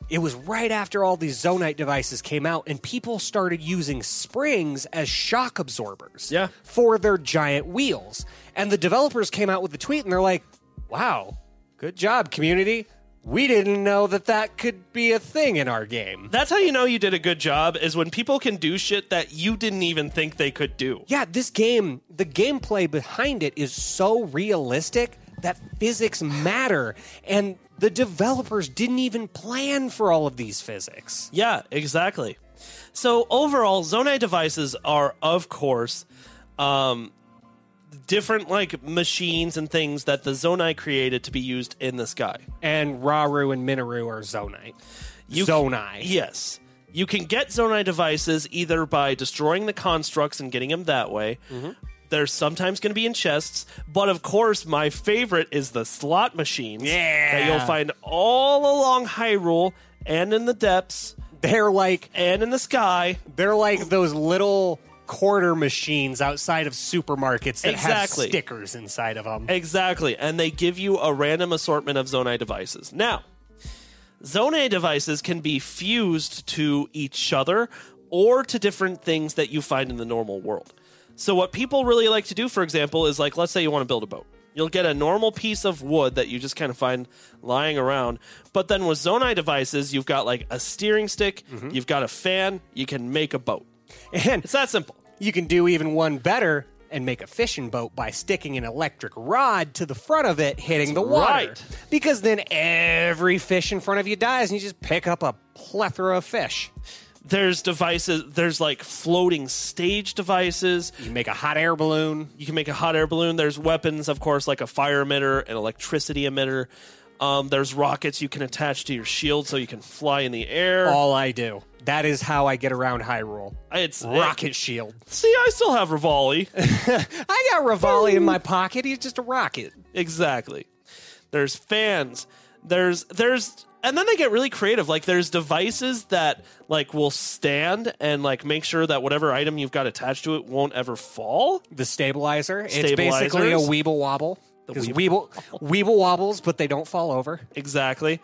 B: it was right after all these Zonite devices came out, and people started using springs as shock absorbers
A: Yeah.
B: for their giant wheels. And the developers came out with the tweet, and they're like, "Wow, good job, community." We didn't know that that could be a thing in our game.
A: that's how you know you did a good job is when people can do shit that you didn't even think they could do.
B: Yeah, this game, the gameplay behind it is so realistic that physics matter. And the developers didn't even plan for all of these physics.
A: Yeah, exactly. So overall, Zonai devices are, of course, um, different like machines and things that the Zonai created to be used in the sky.
B: And Raru and Minoru are Zonite.
A: You-
B: Zonai.
A: Yes. You can get Zonai devices either by destroying the constructs and getting them that way.
B: Mm-hmm.
A: They're sometimes going to be in chests, but of course, my favorite is the slot machines.
B: Yeah.
A: That you'll find all along Hyrule and in the depths
B: They're like
A: and in the sky.
B: they're like those little quarter machines outside of supermarkets that
A: Exactly.
B: have stickers inside of them.
A: Exactly. And they give you a random assortment of Zonai devices. Now, Zonai devices can be fused to each other or to different things that you find in the normal world. So, what people really like to do, for example, is like, let's say you want to build a boat. You'll get a normal piece of wood that you just kind of find lying around. But then with Zonai devices, you've got like a steering stick, you've got a fan, you can make a boat.
B: And
A: It's that simple.
B: you can do even one better and make a fishing boat by sticking an electric rod to the front of it, hitting the water.
A: right.
B: Because then every fish in front of you dies, and you just pick up a plethora of fish.
A: There's devices, there's like floating stage devices.
B: You make a hot air balloon.
A: you can make a hot air balloon. There's weapons, of course, like a fire emitter, an electricity emitter. Um, there's rockets you can attach to your shield so you can fly in the air. Uh,
B: All I do. That is how I get around Hyrule.
A: it's
B: Rocket shield.
A: see, I still have Rivali. [laughs]
B: I got Rivali in my pocket. He's just a rocket.
A: exactly. There's fans. There's there's and then they get really creative. Like there's devices that like will stand and like make sure that whatever item you've got attached to it won't ever fall.
B: The stabilizer. It's basically a
A: Stabilizers.
B: Weeble Wobble. because weeble weeble wobbles, but they don't fall over.
A: Exactly.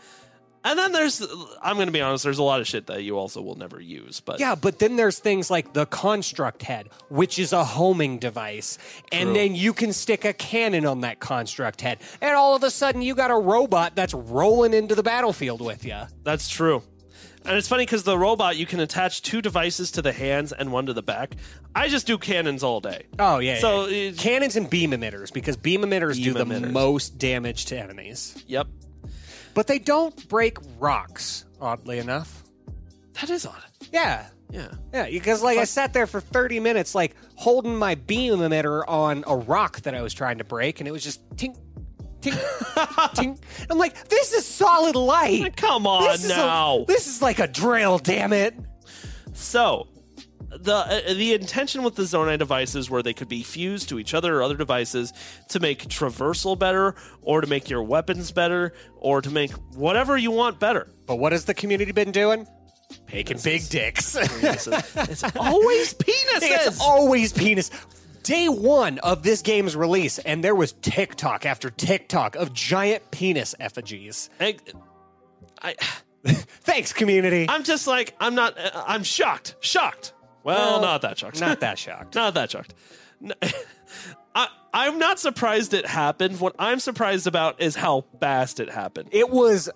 A: And then there's, I'm going to be honest, there's a lot of shit that you also will never use. But
B: Yeah, but then there's things like the construct head, which is a homing device. And then you can stick a cannon on that construct head. And all of a sudden, you got a robot that's rolling into the battlefield with you.
A: That's true. And it's funny because the robot, you can attach two devices to the hands and one to the back. I just do cannons all day.
B: Oh, yeah.
A: So,
B: yeah.
A: uh,
B: cannons and beam emitters, because beam emitters do the
A: Beam emitters.
B: most damage to enemies.
A: Yep.
B: But they don't break rocks, oddly enough.
A: That is on it.
B: Yeah.
A: Yeah.
B: Yeah, because like I sat there for 30 minutes, like holding my beam emitter on a rock that I was trying to break, and it was just tink,
A: [laughs]
B: tink, tink. I'm like, this is solid light.
A: Come on
B: This is,
A: now.
B: a, this is like a drill, damn it.
A: So, the uh, the intention with the Zonai devices were they could be fused to each other or other devices to make traversal better, or to make your weapons better, or to make whatever you want
B: [laughs]
A: better.
B: But what has the community been doing? Making big
A: [laughs]
B: dicks.
A: It's, it's always penises.
B: it's always penis. Day one of this game's release, and there was TikTok after TikTok of giant penis effigies.
A: I, I,
B: Thanks, community.
A: I'm just like I'm not. uh, I'm shocked. Shocked. Well,
B: Well,
A: not that shocked.
B: Not that shocked.
A: Not that shocked. N- [laughs] I, I'm not surprised it happened. What I'm surprised about is how fast it happened.
B: It was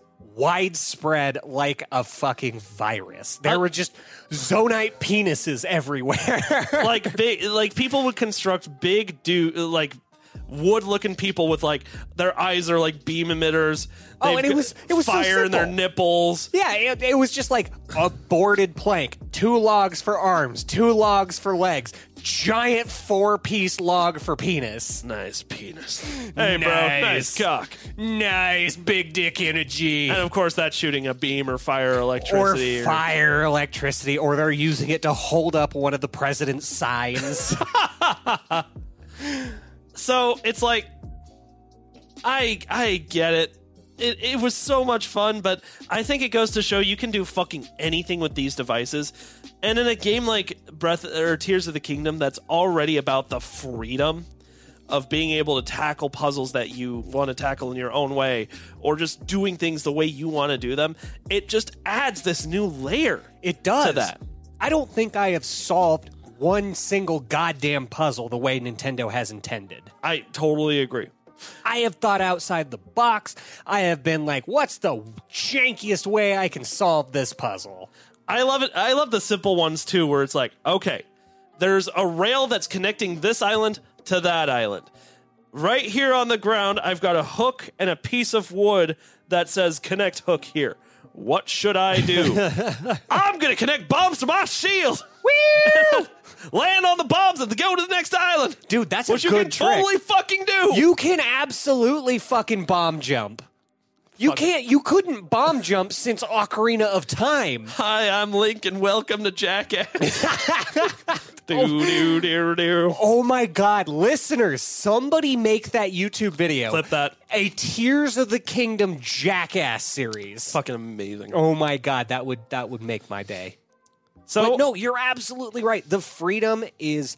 B: widespread like a fucking virus. There were just zonite penises everywhere. [laughs]
A: like big like people would construct big do like wood looking people with like their eyes are like beam emitters
B: Oh,
A: They've
B: and it
A: got
B: was- it was so
A: fire in their
B: simple.
A: nipples
B: yeah, it, it was just like a boarded plank, two logs for arms, two logs for legs, giant four piece log for penis.
A: nice penis hey bro
B: Nice.
A: nice cock
B: Nice big dick energy.
A: and of course that's shooting a beam or fire or
B: Or
A: electricity
B: fire electricity, or they're using it to hold up one of the president's signs.
A: so it's like i i get it it, it was so much fun, but I think it goes to show you can do fucking anything with these devices. And in a game like Breath or Tears of the Kingdom, that's already about the freedom of being able to tackle puzzles that you want to tackle in your own way, or just doing things the way you want to do them, it just adds this new layer.
B: It does.
A: that.
B: I don't think I have solved one single goddamn puzzle the way Nintendo has intended.
A: I totally agree.
B: I have thought outside the box. I have been like, what's the jankiest way I can solve this puzzle?
A: I love it. I love the simple ones too, where it's like, okay, there's a rail that's connecting this island to that island. Right here on the ground, I've got a hook and a piece of wood that says connect hook here. What should I
B: [laughs]
A: do? I'm going to connect bombs to my shield. [laughs] Land on the bombs and go to the next island.
B: Dude, that's
A: Which
B: a
A: you can
B: good trick.
A: totally fucking do.
B: you can absolutely fucking bomb jump. You can't. You couldn't bomb jump since Ocarina of Time.
A: Hi, I'm Link, and welcome to
B: [laughs]
A: Jackass. [laughs] do, do, do, do.
B: Oh my god, listeners! Somebody make that YouTube video.
A: Clip that.
B: A Tears of the Kingdom Jackass series.
A: Fucking amazing.
B: Oh my god, that would that would make my day.
A: So
B: But no, you're absolutely right. The freedom is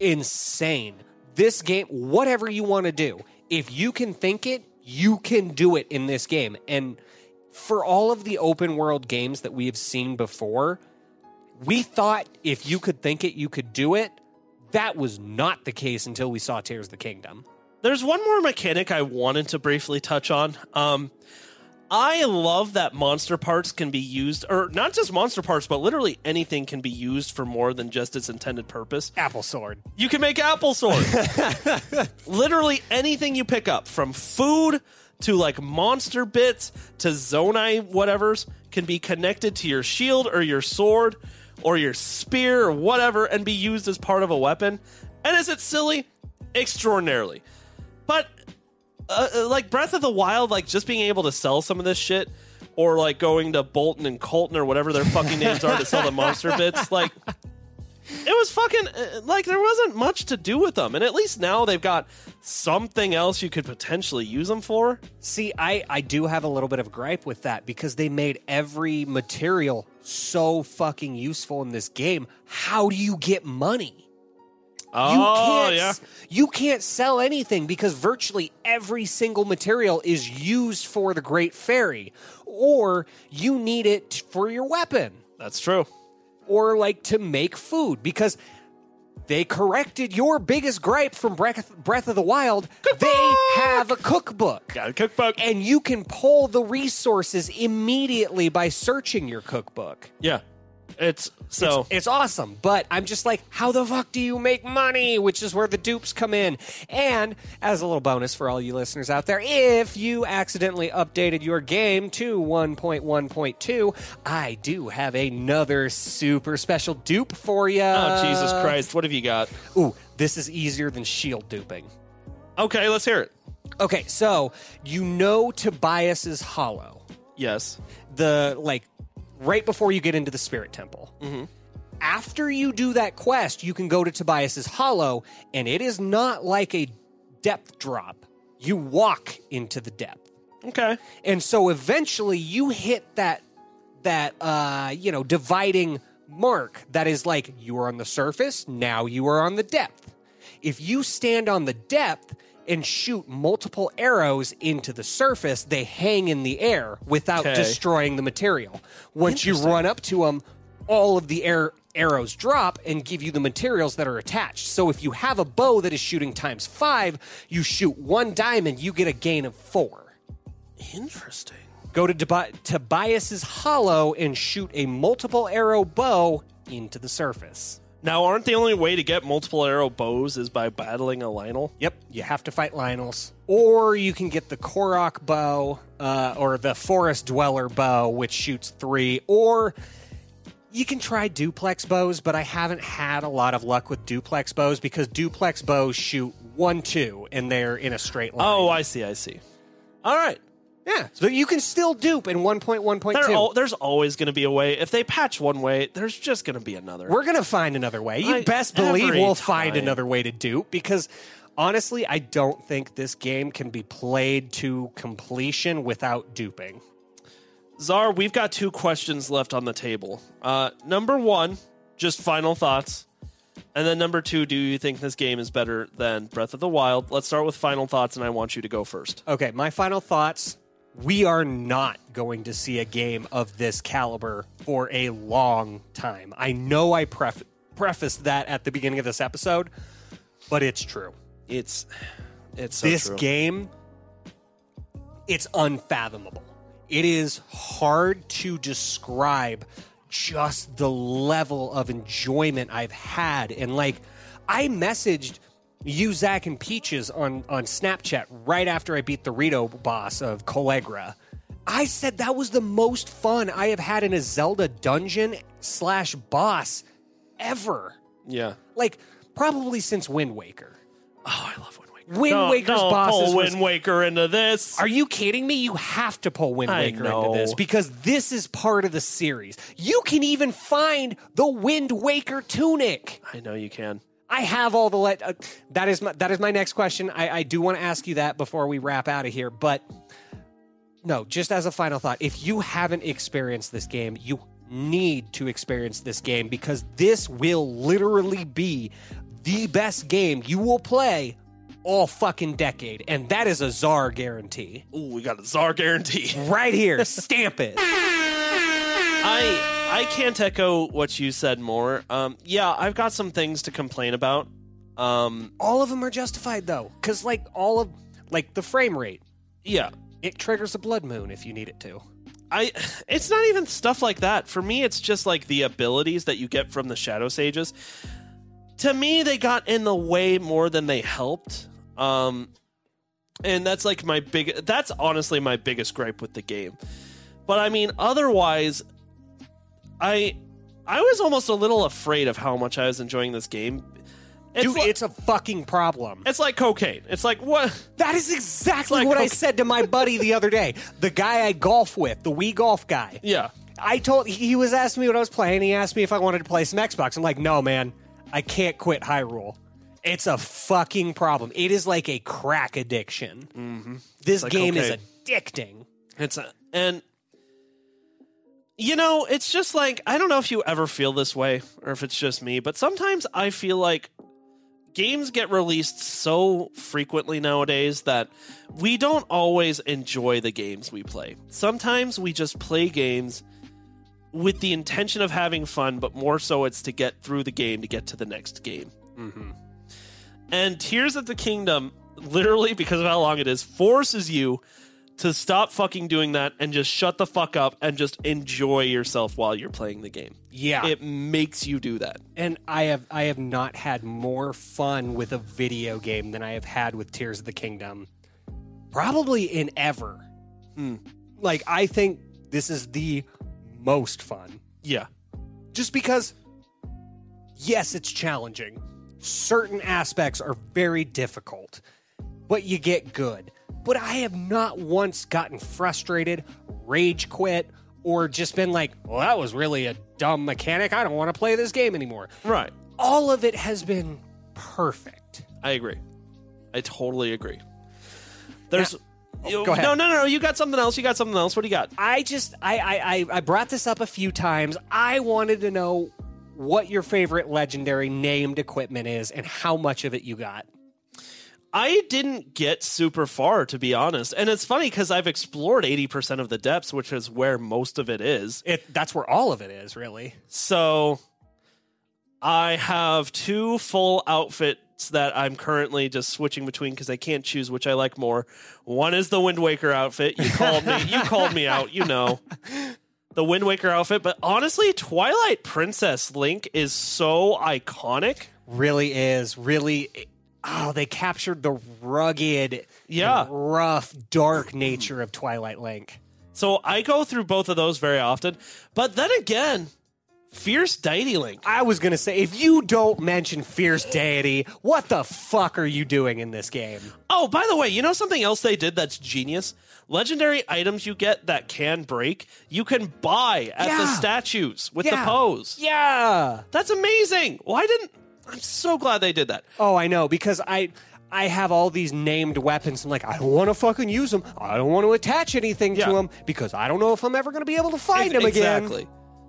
B: insane. This game, whatever you want to do, if you can think it, you can do it in this game. And for all of the open world games that we have seen before, we thought if you could think it, you could do it. That was not the case until we saw Tears of the Kingdom.
A: There's one more mechanic I wanted to briefly touch on. Um, I love that monster parts can be used, or not just monster parts, but literally anything can be used for more than just its intended purpose.
B: Apple Sword.
A: You can make apple sword. literally anything you pick up, from food to like monster bits to zonai whatever's, can be connected to your shield or your sword or your spear or whatever and be used as part of a weapon. And is it silly? Extraordinarily. But uh, uh, like Breath of the Wild, like just being able to sell some of this shit, or like going to Bolton and Colton or whatever their fucking names are to sell the monster bits, like it was fucking uh, like there wasn't much to do with them, and at least now they've got something else you could potentially use them for.
B: See, I, I do have a little bit of gripe with that because they made every material so fucking useful in this game. How do you get money?
A: Oh,
B: you can't,
A: yeah.
B: You can't sell anything because virtually every single material is used for the Great Fairy, or you need it for your weapon,
A: That's true.
B: or like to make food because. They corrected your biggest gripe from Breath Breath of the Wild. They have a cookbook.
A: Got a cookbook.
B: And you can pull the resources immediately by searching your cookbook.
A: Yeah. It's so
B: It's awesome, but I'm just like, how the fuck do you make money? Which is where the dupes come in. And as a little bonus for all you listeners out there, if you accidentally updated your game to 1.1.2, I do have another super special dupe for you.
A: Oh, Jesus Christ, what have you got?
B: Ooh, this is easier than shield duping.
A: Okay, let's hear it.
B: Okay, so you know Tobias is hollow.
A: Yes.
B: the like right before you get into the spirit temple. After you do that quest, you can go to Tobias's Hollow, and it is not like a depth drop. You walk into the depth,
A: Okay.
B: and so eventually you hit that that uh, you know dividing mark that is like you are on the surface. Now you are on the depth. If you stand on the depth and shoot multiple arrows into the surface, they hang in the air without
A: Okay.
B: destroying the material. Once you run up to them, all of the air arrows drop and give you the materials that are attached. So if you have a bow that is shooting times 5, you shoot one diamond, you get a gain of 4
A: Interesting.
B: go to Tobi- Tobias's Hollow and shoot a multiple arrow bow into the surface.
A: Now, aren't the only way to get multiple arrow bows is by battling a Lionel?
B: Yep, you have to fight Lionels, or you can get the Korok bow uh, or the Forest Dweller bow, which shoots three, or you can try duplex bows. But I haven't had a lot of luck with duplex bows because duplex bows shoot one, two, and they're in a straight line.
A: Oh, I see, I see. All right.
B: yeah, so you can still dupe in one point one point
A: There
B: two.
A: al- there's always going to be a way. If they patch one way, there's just going to be another.
B: We're gonna find another way. You
A: I-
B: best believe
A: every
B: we'll find
A: time.
B: another way to dupe because honestly, I don't think this game can be played to completion without duping.
A: Czar, we've got two questions left on the table. Uh, number one, just final thoughts. And then number two, do you think this game is better than Breath of the Wild? Let's start with final thoughts, and I want you to go first.
B: Okay, my final thoughts. We are not going to see a game of this caliber for a long time. I know I pref- prefaced that at the beginning of this episode, but it's true.
A: It's it's so
B: this
A: true.
B: game it's unfathomable it is hard to describe just the level of enjoyment i've had and like i messaged you zach and peaches on on snapchat right after i beat the rito boss of colegra i said that was the most fun i have had in a zelda dungeon slash boss ever
A: Yeah.
B: like probably since wind waker
A: Oh, I love Wind Waker.
B: wind
A: Don't-
B: waker's
A: don't
B: bosses
A: pull
B: was
A: Wind Waker into this.
B: are you kidding me? You have to pull Wind
A: I
B: Waker
A: know.
B: into this because this is part of the series. You can even find the Wind Waker tunic.
A: I know you can.
B: I have all the let. Uh, that is my that is my next question. I, I do want to ask you that before we wrap out of here, but no. Just as a final thought, if you haven't experienced this game, you need to experience this game because this will literally be the best game you will play all fucking decade, and that is a czar guarantee
A: Ooh, we got a czar
B: [laughs]
A: guarantee.
B: right here. Stamp it.
A: I I can't echo what you said more. Um, yeah, I've got some things to complain about. Um,
B: All of them are justified though, because like all of like the frame rate,
A: yeah,
B: it triggers a blood moon if you need it to.
A: I [sighs] it's not even stuff like that. For me, it's just like the abilities that you get from the Shadow Sages. To me, they got in the way more than they helped. Um and that's like my big that's honestly my biggest gripe with the game. But I mean, otherwise I I was almost a little afraid of how much I was enjoying this game. It's
B: Dude,
A: like,
B: it's a fucking problem.
A: it's like cocaine. It's like what [laughs]
B: That is exactly
A: like
B: what I
A: coca-
B: said to my buddy the other day, the guy I golf with, the Wii golf guy.
A: yeah.
B: I told he he was asking me what I was playing. He asked me if I wanted to play some Xbox. I'm like, no, man, I can't quit Hyrule. It's a fucking problem. It is like a crack addiction. Mm-hmm. This
A: like
B: game is
A: cocaine.
B: addicting.
A: It's a, and you know, it's just like I don't know if you ever feel this way or if it's just me, but sometimes I feel like games get released so frequently nowadays that we don't always enjoy the games we play. Sometimes we just play games with the intention of having fun, but more so it's to get through the game to get to the next game.
B: mm-hmm.
A: And Tears of the Kingdom, literally because of how long it is, forces you to stop fucking doing that and just shut the fuck up and just enjoy yourself while you're playing the game.
B: Yeah.
A: It makes you do that.
B: and I have I have not had more fun with a video game than I have had with Tears of the Kingdom, probably in ever. Like I think this is the most fun,
A: Yeah.
B: just because. Yes, it's challenging. Certain aspects are very difficult, but you get good. But I have not once gotten frustrated, rage quit, or just been like, "Well, that was really a dumb mechanic. I don't want to play this game anymore."
A: Right.
B: all of it has been perfect.
A: I agree. I totally agree. There's you-
B: go ahead.
A: no, no, no, no. You got something else. You got something else. What do you got?
B: I just I, I I- I brought this up a few times. I wanted to know what your favorite legendary named equipment is and how much of it you got.
A: I didn't get super far, to be honest. And it's funny because I've explored 80% of the depths, which is where most of it is.
B: It that's where all of it is really.
A: So I have two full outfits that I'm currently just switching between because I can't choose which I like more. One is the Wind Waker outfit. You called me. You called me out. You know. The Wind Waker outfit, but honestly, Twilight Princess Link is so iconic.
B: Really is really. Oh, they captured the rugged,
A: Yeah.
B: rough, dark nature of Twilight Link.
A: So I go through both of those very often. But then again, Fierce Deity Link.
B: I was gonna say, if you don't mention fierce deity, what the fuck are you doing in this game?
A: Oh, by the way, you know something else they did that's genius? Legendary items you get that can break, you can buy at the
B: Yeah.
A: statues with
B: Yeah.
A: the pose.
B: Yeah.
A: That's amazing. Why didn't I'm so glad they did that.
B: Oh, I know because I I have all these named weapons. I'm like, I don't want to fucking use them. I don't want to attach anything
A: Yeah.
B: to them because I don't know if I'm ever going to be able to find them again.
A: exactly.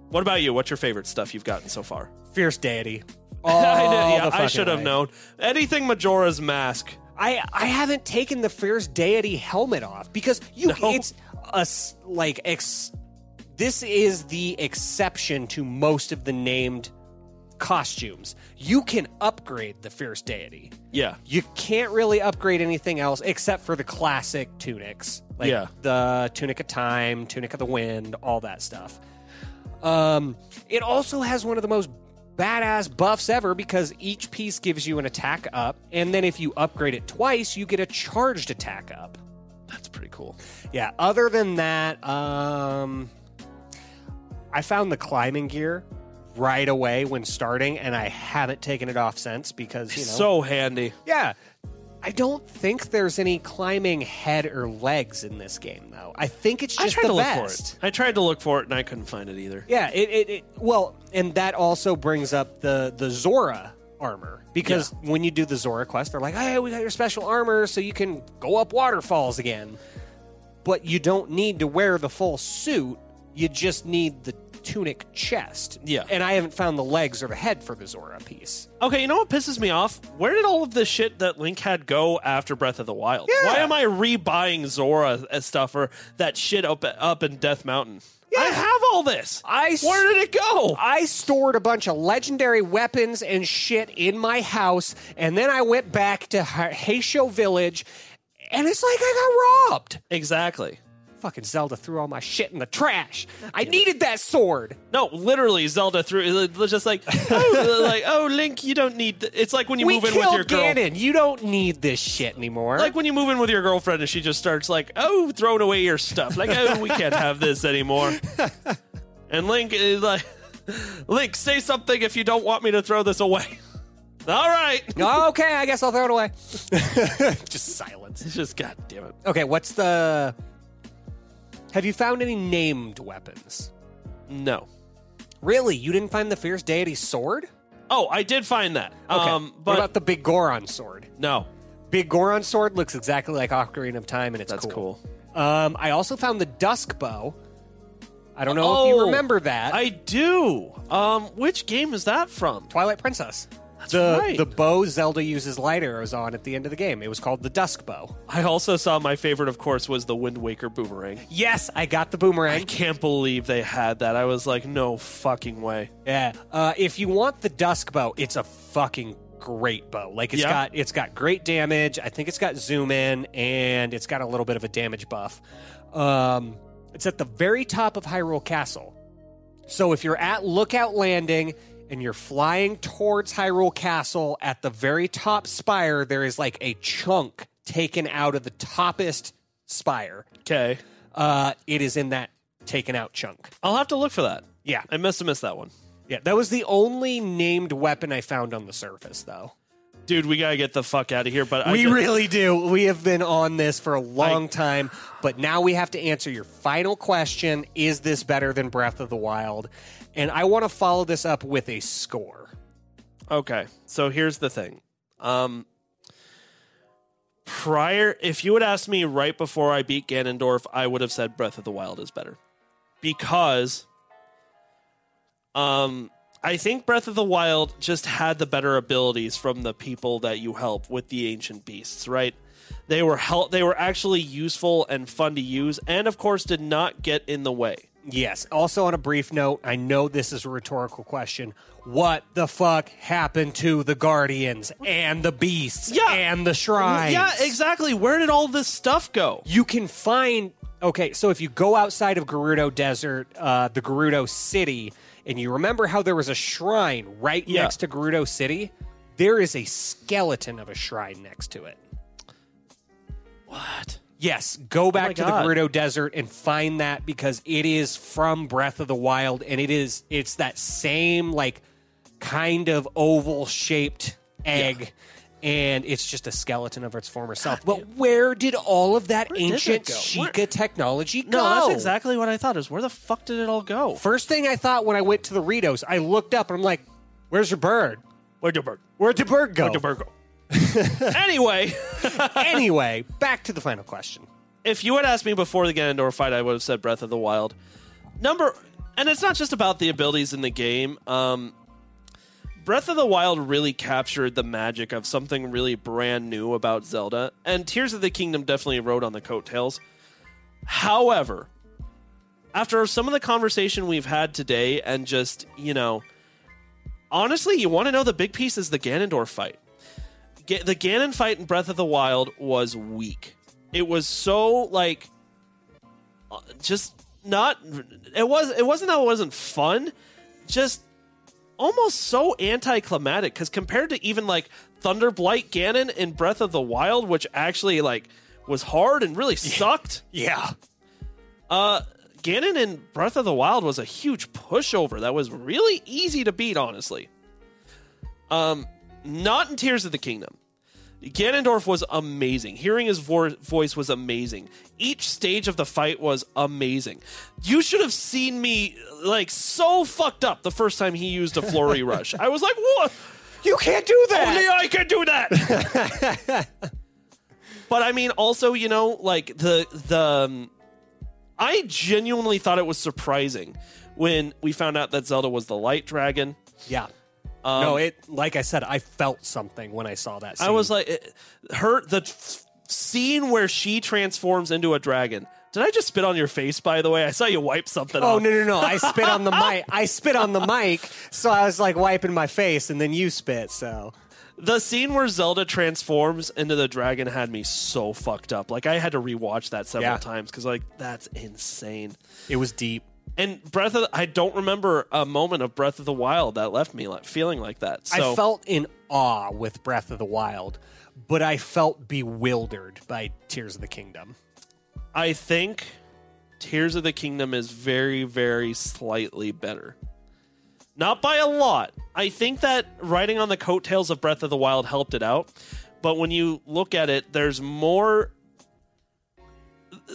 A: What about you? What's your favorite stuff you've gotten so far? [laughs]
B: Fierce deity.
A: I,
B: [laughs] All
A: know- yeah,
B: the
A: I
B: fucking
A: should have
B: way.
A: known. Anything Majora's Mask.
B: I I haven't taken the fierce deity helmet off because you
A: No.
B: it's a s- like ex, this is the exception to most of the named costumes. You can upgrade the fierce deity.
A: Yeah.
B: you can't really upgrade anything else except for the classic tunics like
A: Yeah.
B: the tunic of time tunic of the wind all that stuff um, it also has one of the most badass buffs ever because each piece gives you an attack up and then if you upgrade it twice you get a charged attack up
A: That's pretty cool.
B: yeah other than that um, i found the climbing gear right away when starting and i haven't taken it off since because you know
A: So handy.
B: yeah. I don't think there's any climbing head or legs in this game, though. I think it's
A: I
B: just
A: tried
B: the
A: to look for
B: vest.
A: it. I tried to look for it and I couldn't find it either.
B: Yeah, it, it, it well, and that also brings up the the Zora armor because when you do the Zora quest, they're like, "Hey, we got your special armor, so you can go up waterfalls again." But you don't need to wear the full suit; you just need the tunic chest.
A: Yeah.
B: and I haven't found the legs or the head for the Zora piece.
A: Okay, you know what pisses me off? Where did all of the shit that Link had go after Breath of the Wild? Why am I rebuying Zora as stuff or that shit up up in Death Mountain? I have all this.
B: I s-
A: where did it go?
B: I stored a bunch of legendary weapons and shit in my house, and then I went back to Ha- Heisho Village, and it's like I got robbed.
A: exactly.
B: Fucking Zelda threw all my shit in the trash. I needed that sword.
A: No, literally, Zelda threw it was
B: [laughs]
A: just like, oh, like oh, Link, you don't need. Th-. It's like when you
B: We
A: move in
B: killed
A: with your girl.
B: Ganon. You don't need this shit anymore.
A: Like when you move in with your girlfriend and she just starts like, oh, throwing away your stuff. Like, oh, we can't have this
B: [laughs]
A: anymore. And Link is like, Link, say something if you don't want me to throw this away. All right.
B: Oh, okay, I guess I'll throw it away. Just silence.
A: It's [laughs] just, God damn it.
B: Okay, what's the? Have you found any named weapons?
A: No.
B: Really, you didn't find the fierce deity sword?
A: Oh, I did find that.
B: Okay.
A: Um,
B: what
A: but
B: about the big Goron sword?
A: no,
B: Big Goron sword looks exactly like Ocarina of Time, and it's
A: that's cool.
B: Um, I also found the Dusk Bow. I don't know if you
A: Oh,
B: remember that.
A: I do. Um, which game is that from?
B: Twilight Princess. the
A: right.
B: the bow Zelda uses light arrows on at the end of the game. It was called the Dusk Bow.
A: I also saw my favorite, of course, was the Wind Waker boomerang.
B: Yes, I got the
A: I
B: boomerang.
A: can't believe they had that. I was like, no fucking way.
B: Yeah. Uh, if you want the Dusk Bow, it's a fucking great bow. Like it's
A: Yeah.
B: got it's got great damage. I think it's got zoom in and it's got a little bit of a damage buff. Um, it's at the very top of Hyrule Castle. So if you're at Lookout Landing and you're flying towards Hyrule Castle at the very top spire, there is like a chunk taken out of the toppest spire.
A: Okay.
B: Uh, it is in that taken out chunk.
A: I'll have to look for that.
B: Yeah.
A: I must have missed that one.
B: Yeah, that was the only named weapon I found on the surface, though.
A: Dude, we gotta get the fuck out of here. But I
B: we
A: just-
B: really do. We have been on this for a long time, but now we have to answer your final question Is this better than Breath of the Wild? And I want to follow this up with a score.
A: Okay. So here's the thing. Um prior if you had asked me right before I beat Ganondorf, I would have said Breath of the Wild is better. Because um I think Breath of the Wild just had the better abilities from the people that you help with the ancient beasts, right? They were hel- they were actually useful and fun to use and of course did not get in the way.
B: Yes. Also, on a brief note, I know this is a rhetorical question. What the fuck happened to the Guardians and the Beasts
A: Yeah.
B: and the Shrines?
A: Yeah, exactly. Where did all this stuff go?
B: you can find okay so if you go outside of gerudo desert uh, the gerudo city and you remember how there was a shrine right
A: Yeah.
B: next to gerudo city there is a skeleton of a shrine next to it
A: What?
B: yes go back
A: Oh my
B: to
A: God.
B: the gerudo desert and find that because it is from breath of the wild and it is it's that same like kind of oval shaped egg And it's just a skeleton of its former self. But where did all of that
A: did that
B: ancient
A: go?
B: Sheikah
A: Where-
B: technology go?
A: No, that's exactly what I thought. Is where the fuck did it all go?
B: First thing I thought when I went to the Ritos, I looked up and I'm like, "Where's your bird?
A: Where'd your bird?
B: Where'd your bird go?"
A: Where'd your
B: [laughs]
A: bird go? [laughs] anyway,
B: anyway, back to the final question.
A: if you had asked me before the Ganondorf fight, I would have said Breath of the Wild. Number, and it's not just about the abilities in the game. Um, Breath of the Wild really captured the magic of something really brand new about Zelda, and Tears of the Kingdom definitely rode on the coattails. However, after some of the conversation we've had today, and just, you know, honestly, you want to know the big piece is the Ganondorf fight. Ga- the Ganon fight in Breath of the Wild was weak. It was so like uh, just not it was it wasn't that it wasn't fun, just almost so anticlimactic cuz compared to even like Thunderblight Ganon in Breath of the Wild which actually like was hard and really sucked.
B: Yeah,
A: Uh Ganon in Breath of the Wild was a huge pushover that was really easy to beat, honestly. Um, not in Tears of the Kingdom. Ganondorf was amazing. Hearing his vo- voice was amazing. Each stage of the fight was amazing. You should have seen me like so fucked up the first time he used a flurry rush. I was like, "What?
B: you can't do
A: Only
B: that.
A: I can do [laughs] that." but I mean, also, you know, like the the um, I genuinely thought it was surprising when we found out that Zelda was the Light Dragon.
B: yeah, no. It like I said, I felt something when I saw that. Scene.
A: Um, I was like, it- her the f- scene where she transforms into a dragon. Did I just spit on your face? By the way, I saw you wipe something.
B: Oh
A: off.
B: no no no! I
A: [laughs]
B: spit on the mic. I spit on the mic, so I was like wiping my face, and then you spit. So
A: The scene where Zelda transforms into the dragon had me so fucked up. Like I had to rewatch that several
B: Yeah.
A: times because like that's insane.
B: it was deep.
A: And Breath of the- I don't remember a moment of Breath of the Wild that left me like, feeling like that. So
B: I felt in awe with Breath of the Wild, but I felt bewildered by Tears of the Kingdom.
A: I think Tears of the Kingdom is very, very slightly better. Not by a lot. I think that riding on the coattails of Breath of the Wild helped it out. But when you look at it, there's more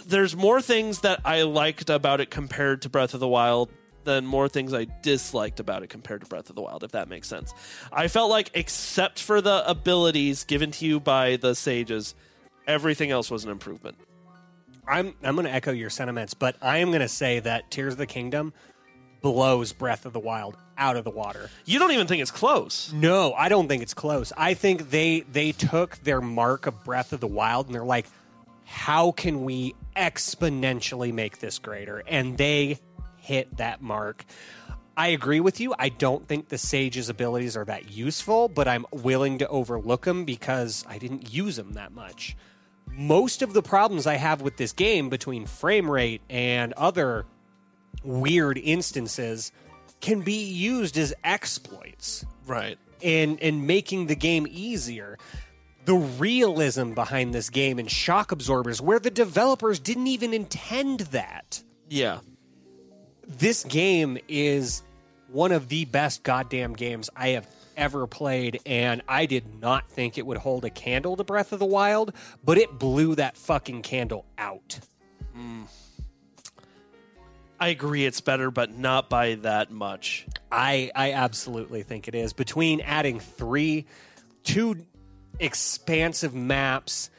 A: there's more things that I liked about it compared to Breath of the Wild than more things I disliked about it compared to Breath of the Wild, if that makes sense. I felt like except for the abilities given to you by the sages, everything else was an improvement.
B: I'm I'm going to echo your sentiments, but I am going to say that Tears of the Kingdom blows Breath of the Wild out of the water.
A: You don't even think it's close.
B: No, I don't think it's close. I think they they took their mark of Breath of the Wild and they're like, how can we exponentially make this greater? And they hit that mark. I agree with you. I don't think the sage's abilities are that useful, but I'm willing to overlook them because I didn't use them that much. Most of the problems I have with this game between frame rate and other weird instances can be used as exploits
A: Right.
B: and and making the game easier. The realism behind this game and shock absorbers, where the developers didn't even intend that.
A: Yeah.
B: This game is one of the best goddamn games I have ever played, and I did not think it would hold a candle to Breath of the Wild, but it blew that fucking candle out.
A: I agree it's better, but not by that much.
B: I I absolutely think it is. Between adding three, two expansive maps,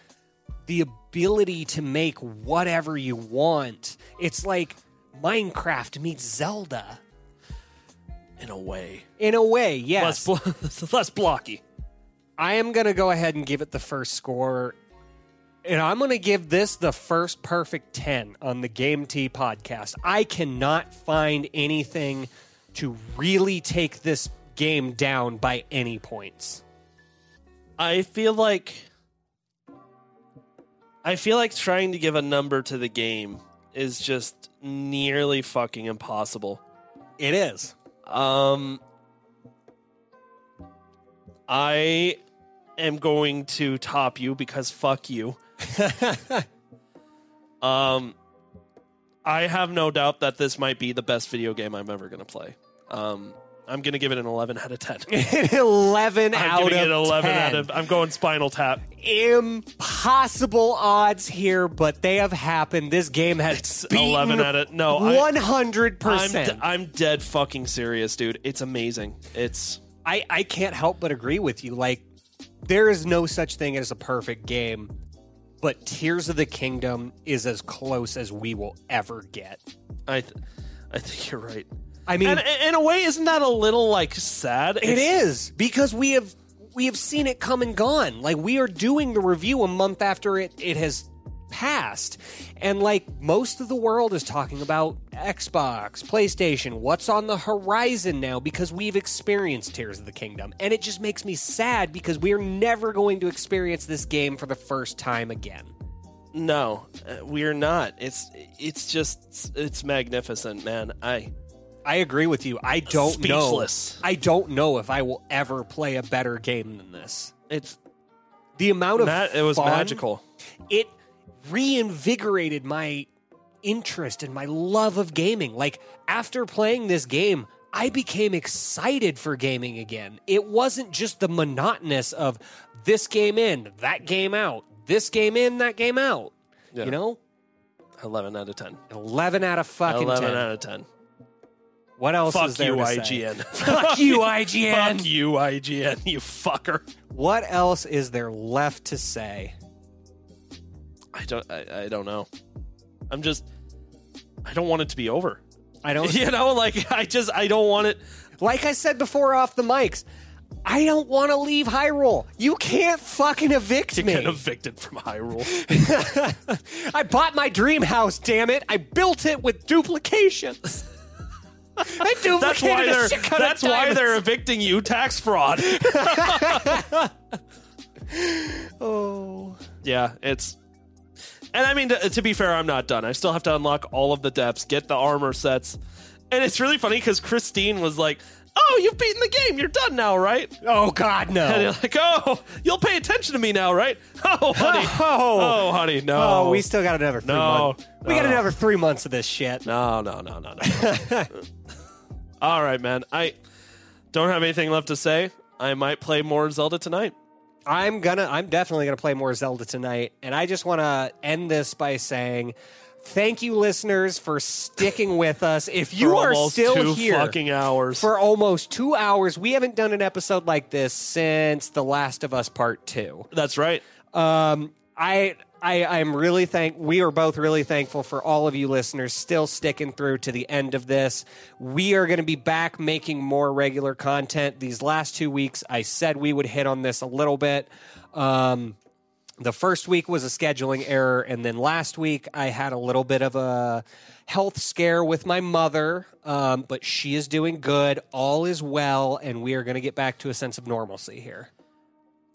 B: the ability to make whatever you want. It's like Minecraft meets Zelda.
A: In a way.
B: In a way, yes.
A: Less, blo- [laughs] less blocky.
B: I am going to go ahead and give it the first score. And I'm going to give this the first perfect 10 on the Game T podcast. I cannot find anything to really take this game down by any points.
A: I feel like I feel like trying to give a number to the game is just nearly fucking impossible.
B: It [laughs] is.
A: Um I am going to top you because fuck
B: [laughs]
A: you. um I have no doubt that this might be the best video game I'm ever going to play. Um I'm going to give it an 11 out of
B: [laughs]
A: 10.
B: An 11
A: I'm
B: out of
A: giving it an 11
B: 10.
A: out of I'm going Spinal Tap.
B: impossible odds here, but they have happened. This game has beaten
A: 11 out of- no, I- I'm,
B: 100%.
A: d- I'm dead fucking serious, dude. It's amazing. It's
B: I, I can't help but agree with you. Like, there is no such thing as a perfect game, but Tears of the Kingdom is as close as we will ever get.
A: I, th- I think you're right.
B: I mean,
A: and in a way, isn't that a little like sad?
B: it is because we have we have seen it come and gone. Like we are doing the review a month after it it has passed, and like most of the world is talking about Xbox, PlayStation, what's on the horizon now because we've experienced Tears of the Kingdom, and it just makes me sad because we are never going to experience this game for the first time again.
A: No, uh, we are not. It's it's just it's magnificent, man. I
B: I agree with you. I don't
A: Speechless.
B: know. I don't know if I will ever play a better game than this.
A: it's
B: The amount of
A: Matt. It was
B: fun-
A: magical.
B: it reinvigorated my interest and my love of gaming. Like after playing this game, I became excited for gaming again. It wasn't just the monotonous of this game in, that game out, this game in, that game out.
A: Yeah.
B: You know,
A: Eleven out of ten.
B: 11 out of fucking
A: Eleven
B: 10.
A: out of ten.
B: what else is
A: Fuck
B: there
A: you,
B: to say?
A: IGN.
B: [laughs] Fuck
A: [laughs]
B: you, IGN.
A: Fuck you, IGN. You fucker.
B: What else is there left to say?
A: I don't. I, I don't know. I'm just. I don't want it to be over.
B: I
A: [laughs]
B: don't
A: You know, like I just I don't want it.
B: Like I said before off the mics, I don't want to leave Hyrule. You can't fucking evict
A: to
B: me.
A: get evicted from Hyrule.
B: [laughs] I bought my dream house, damn it. I built it with duplications. I
A: [laughs]
B: duplicated
A: That's why
B: a
A: they're
B: shit ton of
A: that's why
B: diamonds.
A: they're evicting you tax fraud.
B: [laughs]
A: [laughs]
B: Oh.
A: yeah, it's and I mean to, to be fair, I'm not done. I still have to unlock all of the depths, get the armor sets, and it's really funny because Christine was like, "Oh, you've beaten the game. You're done now, right?"
B: Oh God,
A: And you're
B: no.
A: like, "Oh, you'll pay attention to me now, right?" [laughs] Oh,
B: [gasps]
A: honey.
B: Oh.
A: [laughs] Oh, honey, no.
B: Oh, we still got another three
A: No.
B: months. We got
A: No.
B: another three months of this shit.
A: No, no, no, no, no. [laughs] All right, man. I don't have anything left to say. I might play more Zelda tonight.
B: I'm gonna I'm definitely gonna play more Zelda tonight, and I just wanna end this by saying thank you listeners for sticking with us. If you
A: for
B: are
A: almost
B: still
A: two
B: here
A: fucking hours.
B: for almost two hours, we haven't done an episode like this since The Last of Us Part Two.
A: That's right.
B: Um I I, I'm really thank. We are both really thankful for all of you listeners still sticking through to the end of this. We are going to be back making more regular content. These last two weeks, I said we would hit on this a little bit. Um, the first week was a scheduling error, and then last week I had a little bit of a health scare with my mother, um, but she is doing good. All is well, and we are going to get back to a sense of normalcy here.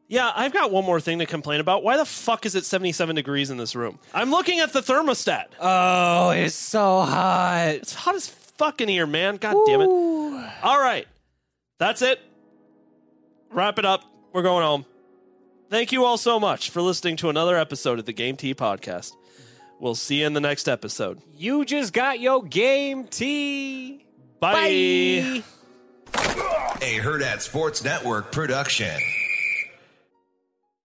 A: Yeah, I've got one more thing to complain about. Why the fuck is it 77 degrees in this room? I'm looking at the thermostat.
B: Oh, it's so hot.
A: It's hot as fuck in here, man. God damn it. All right. That's it. Wrap it up. We're going home. Thank you all so much for listening to another episode of the Game T Podcast. We'll see you in the next episode.
B: You just got your game tea.
A: Bye.
C: A Herd at Sports Network production.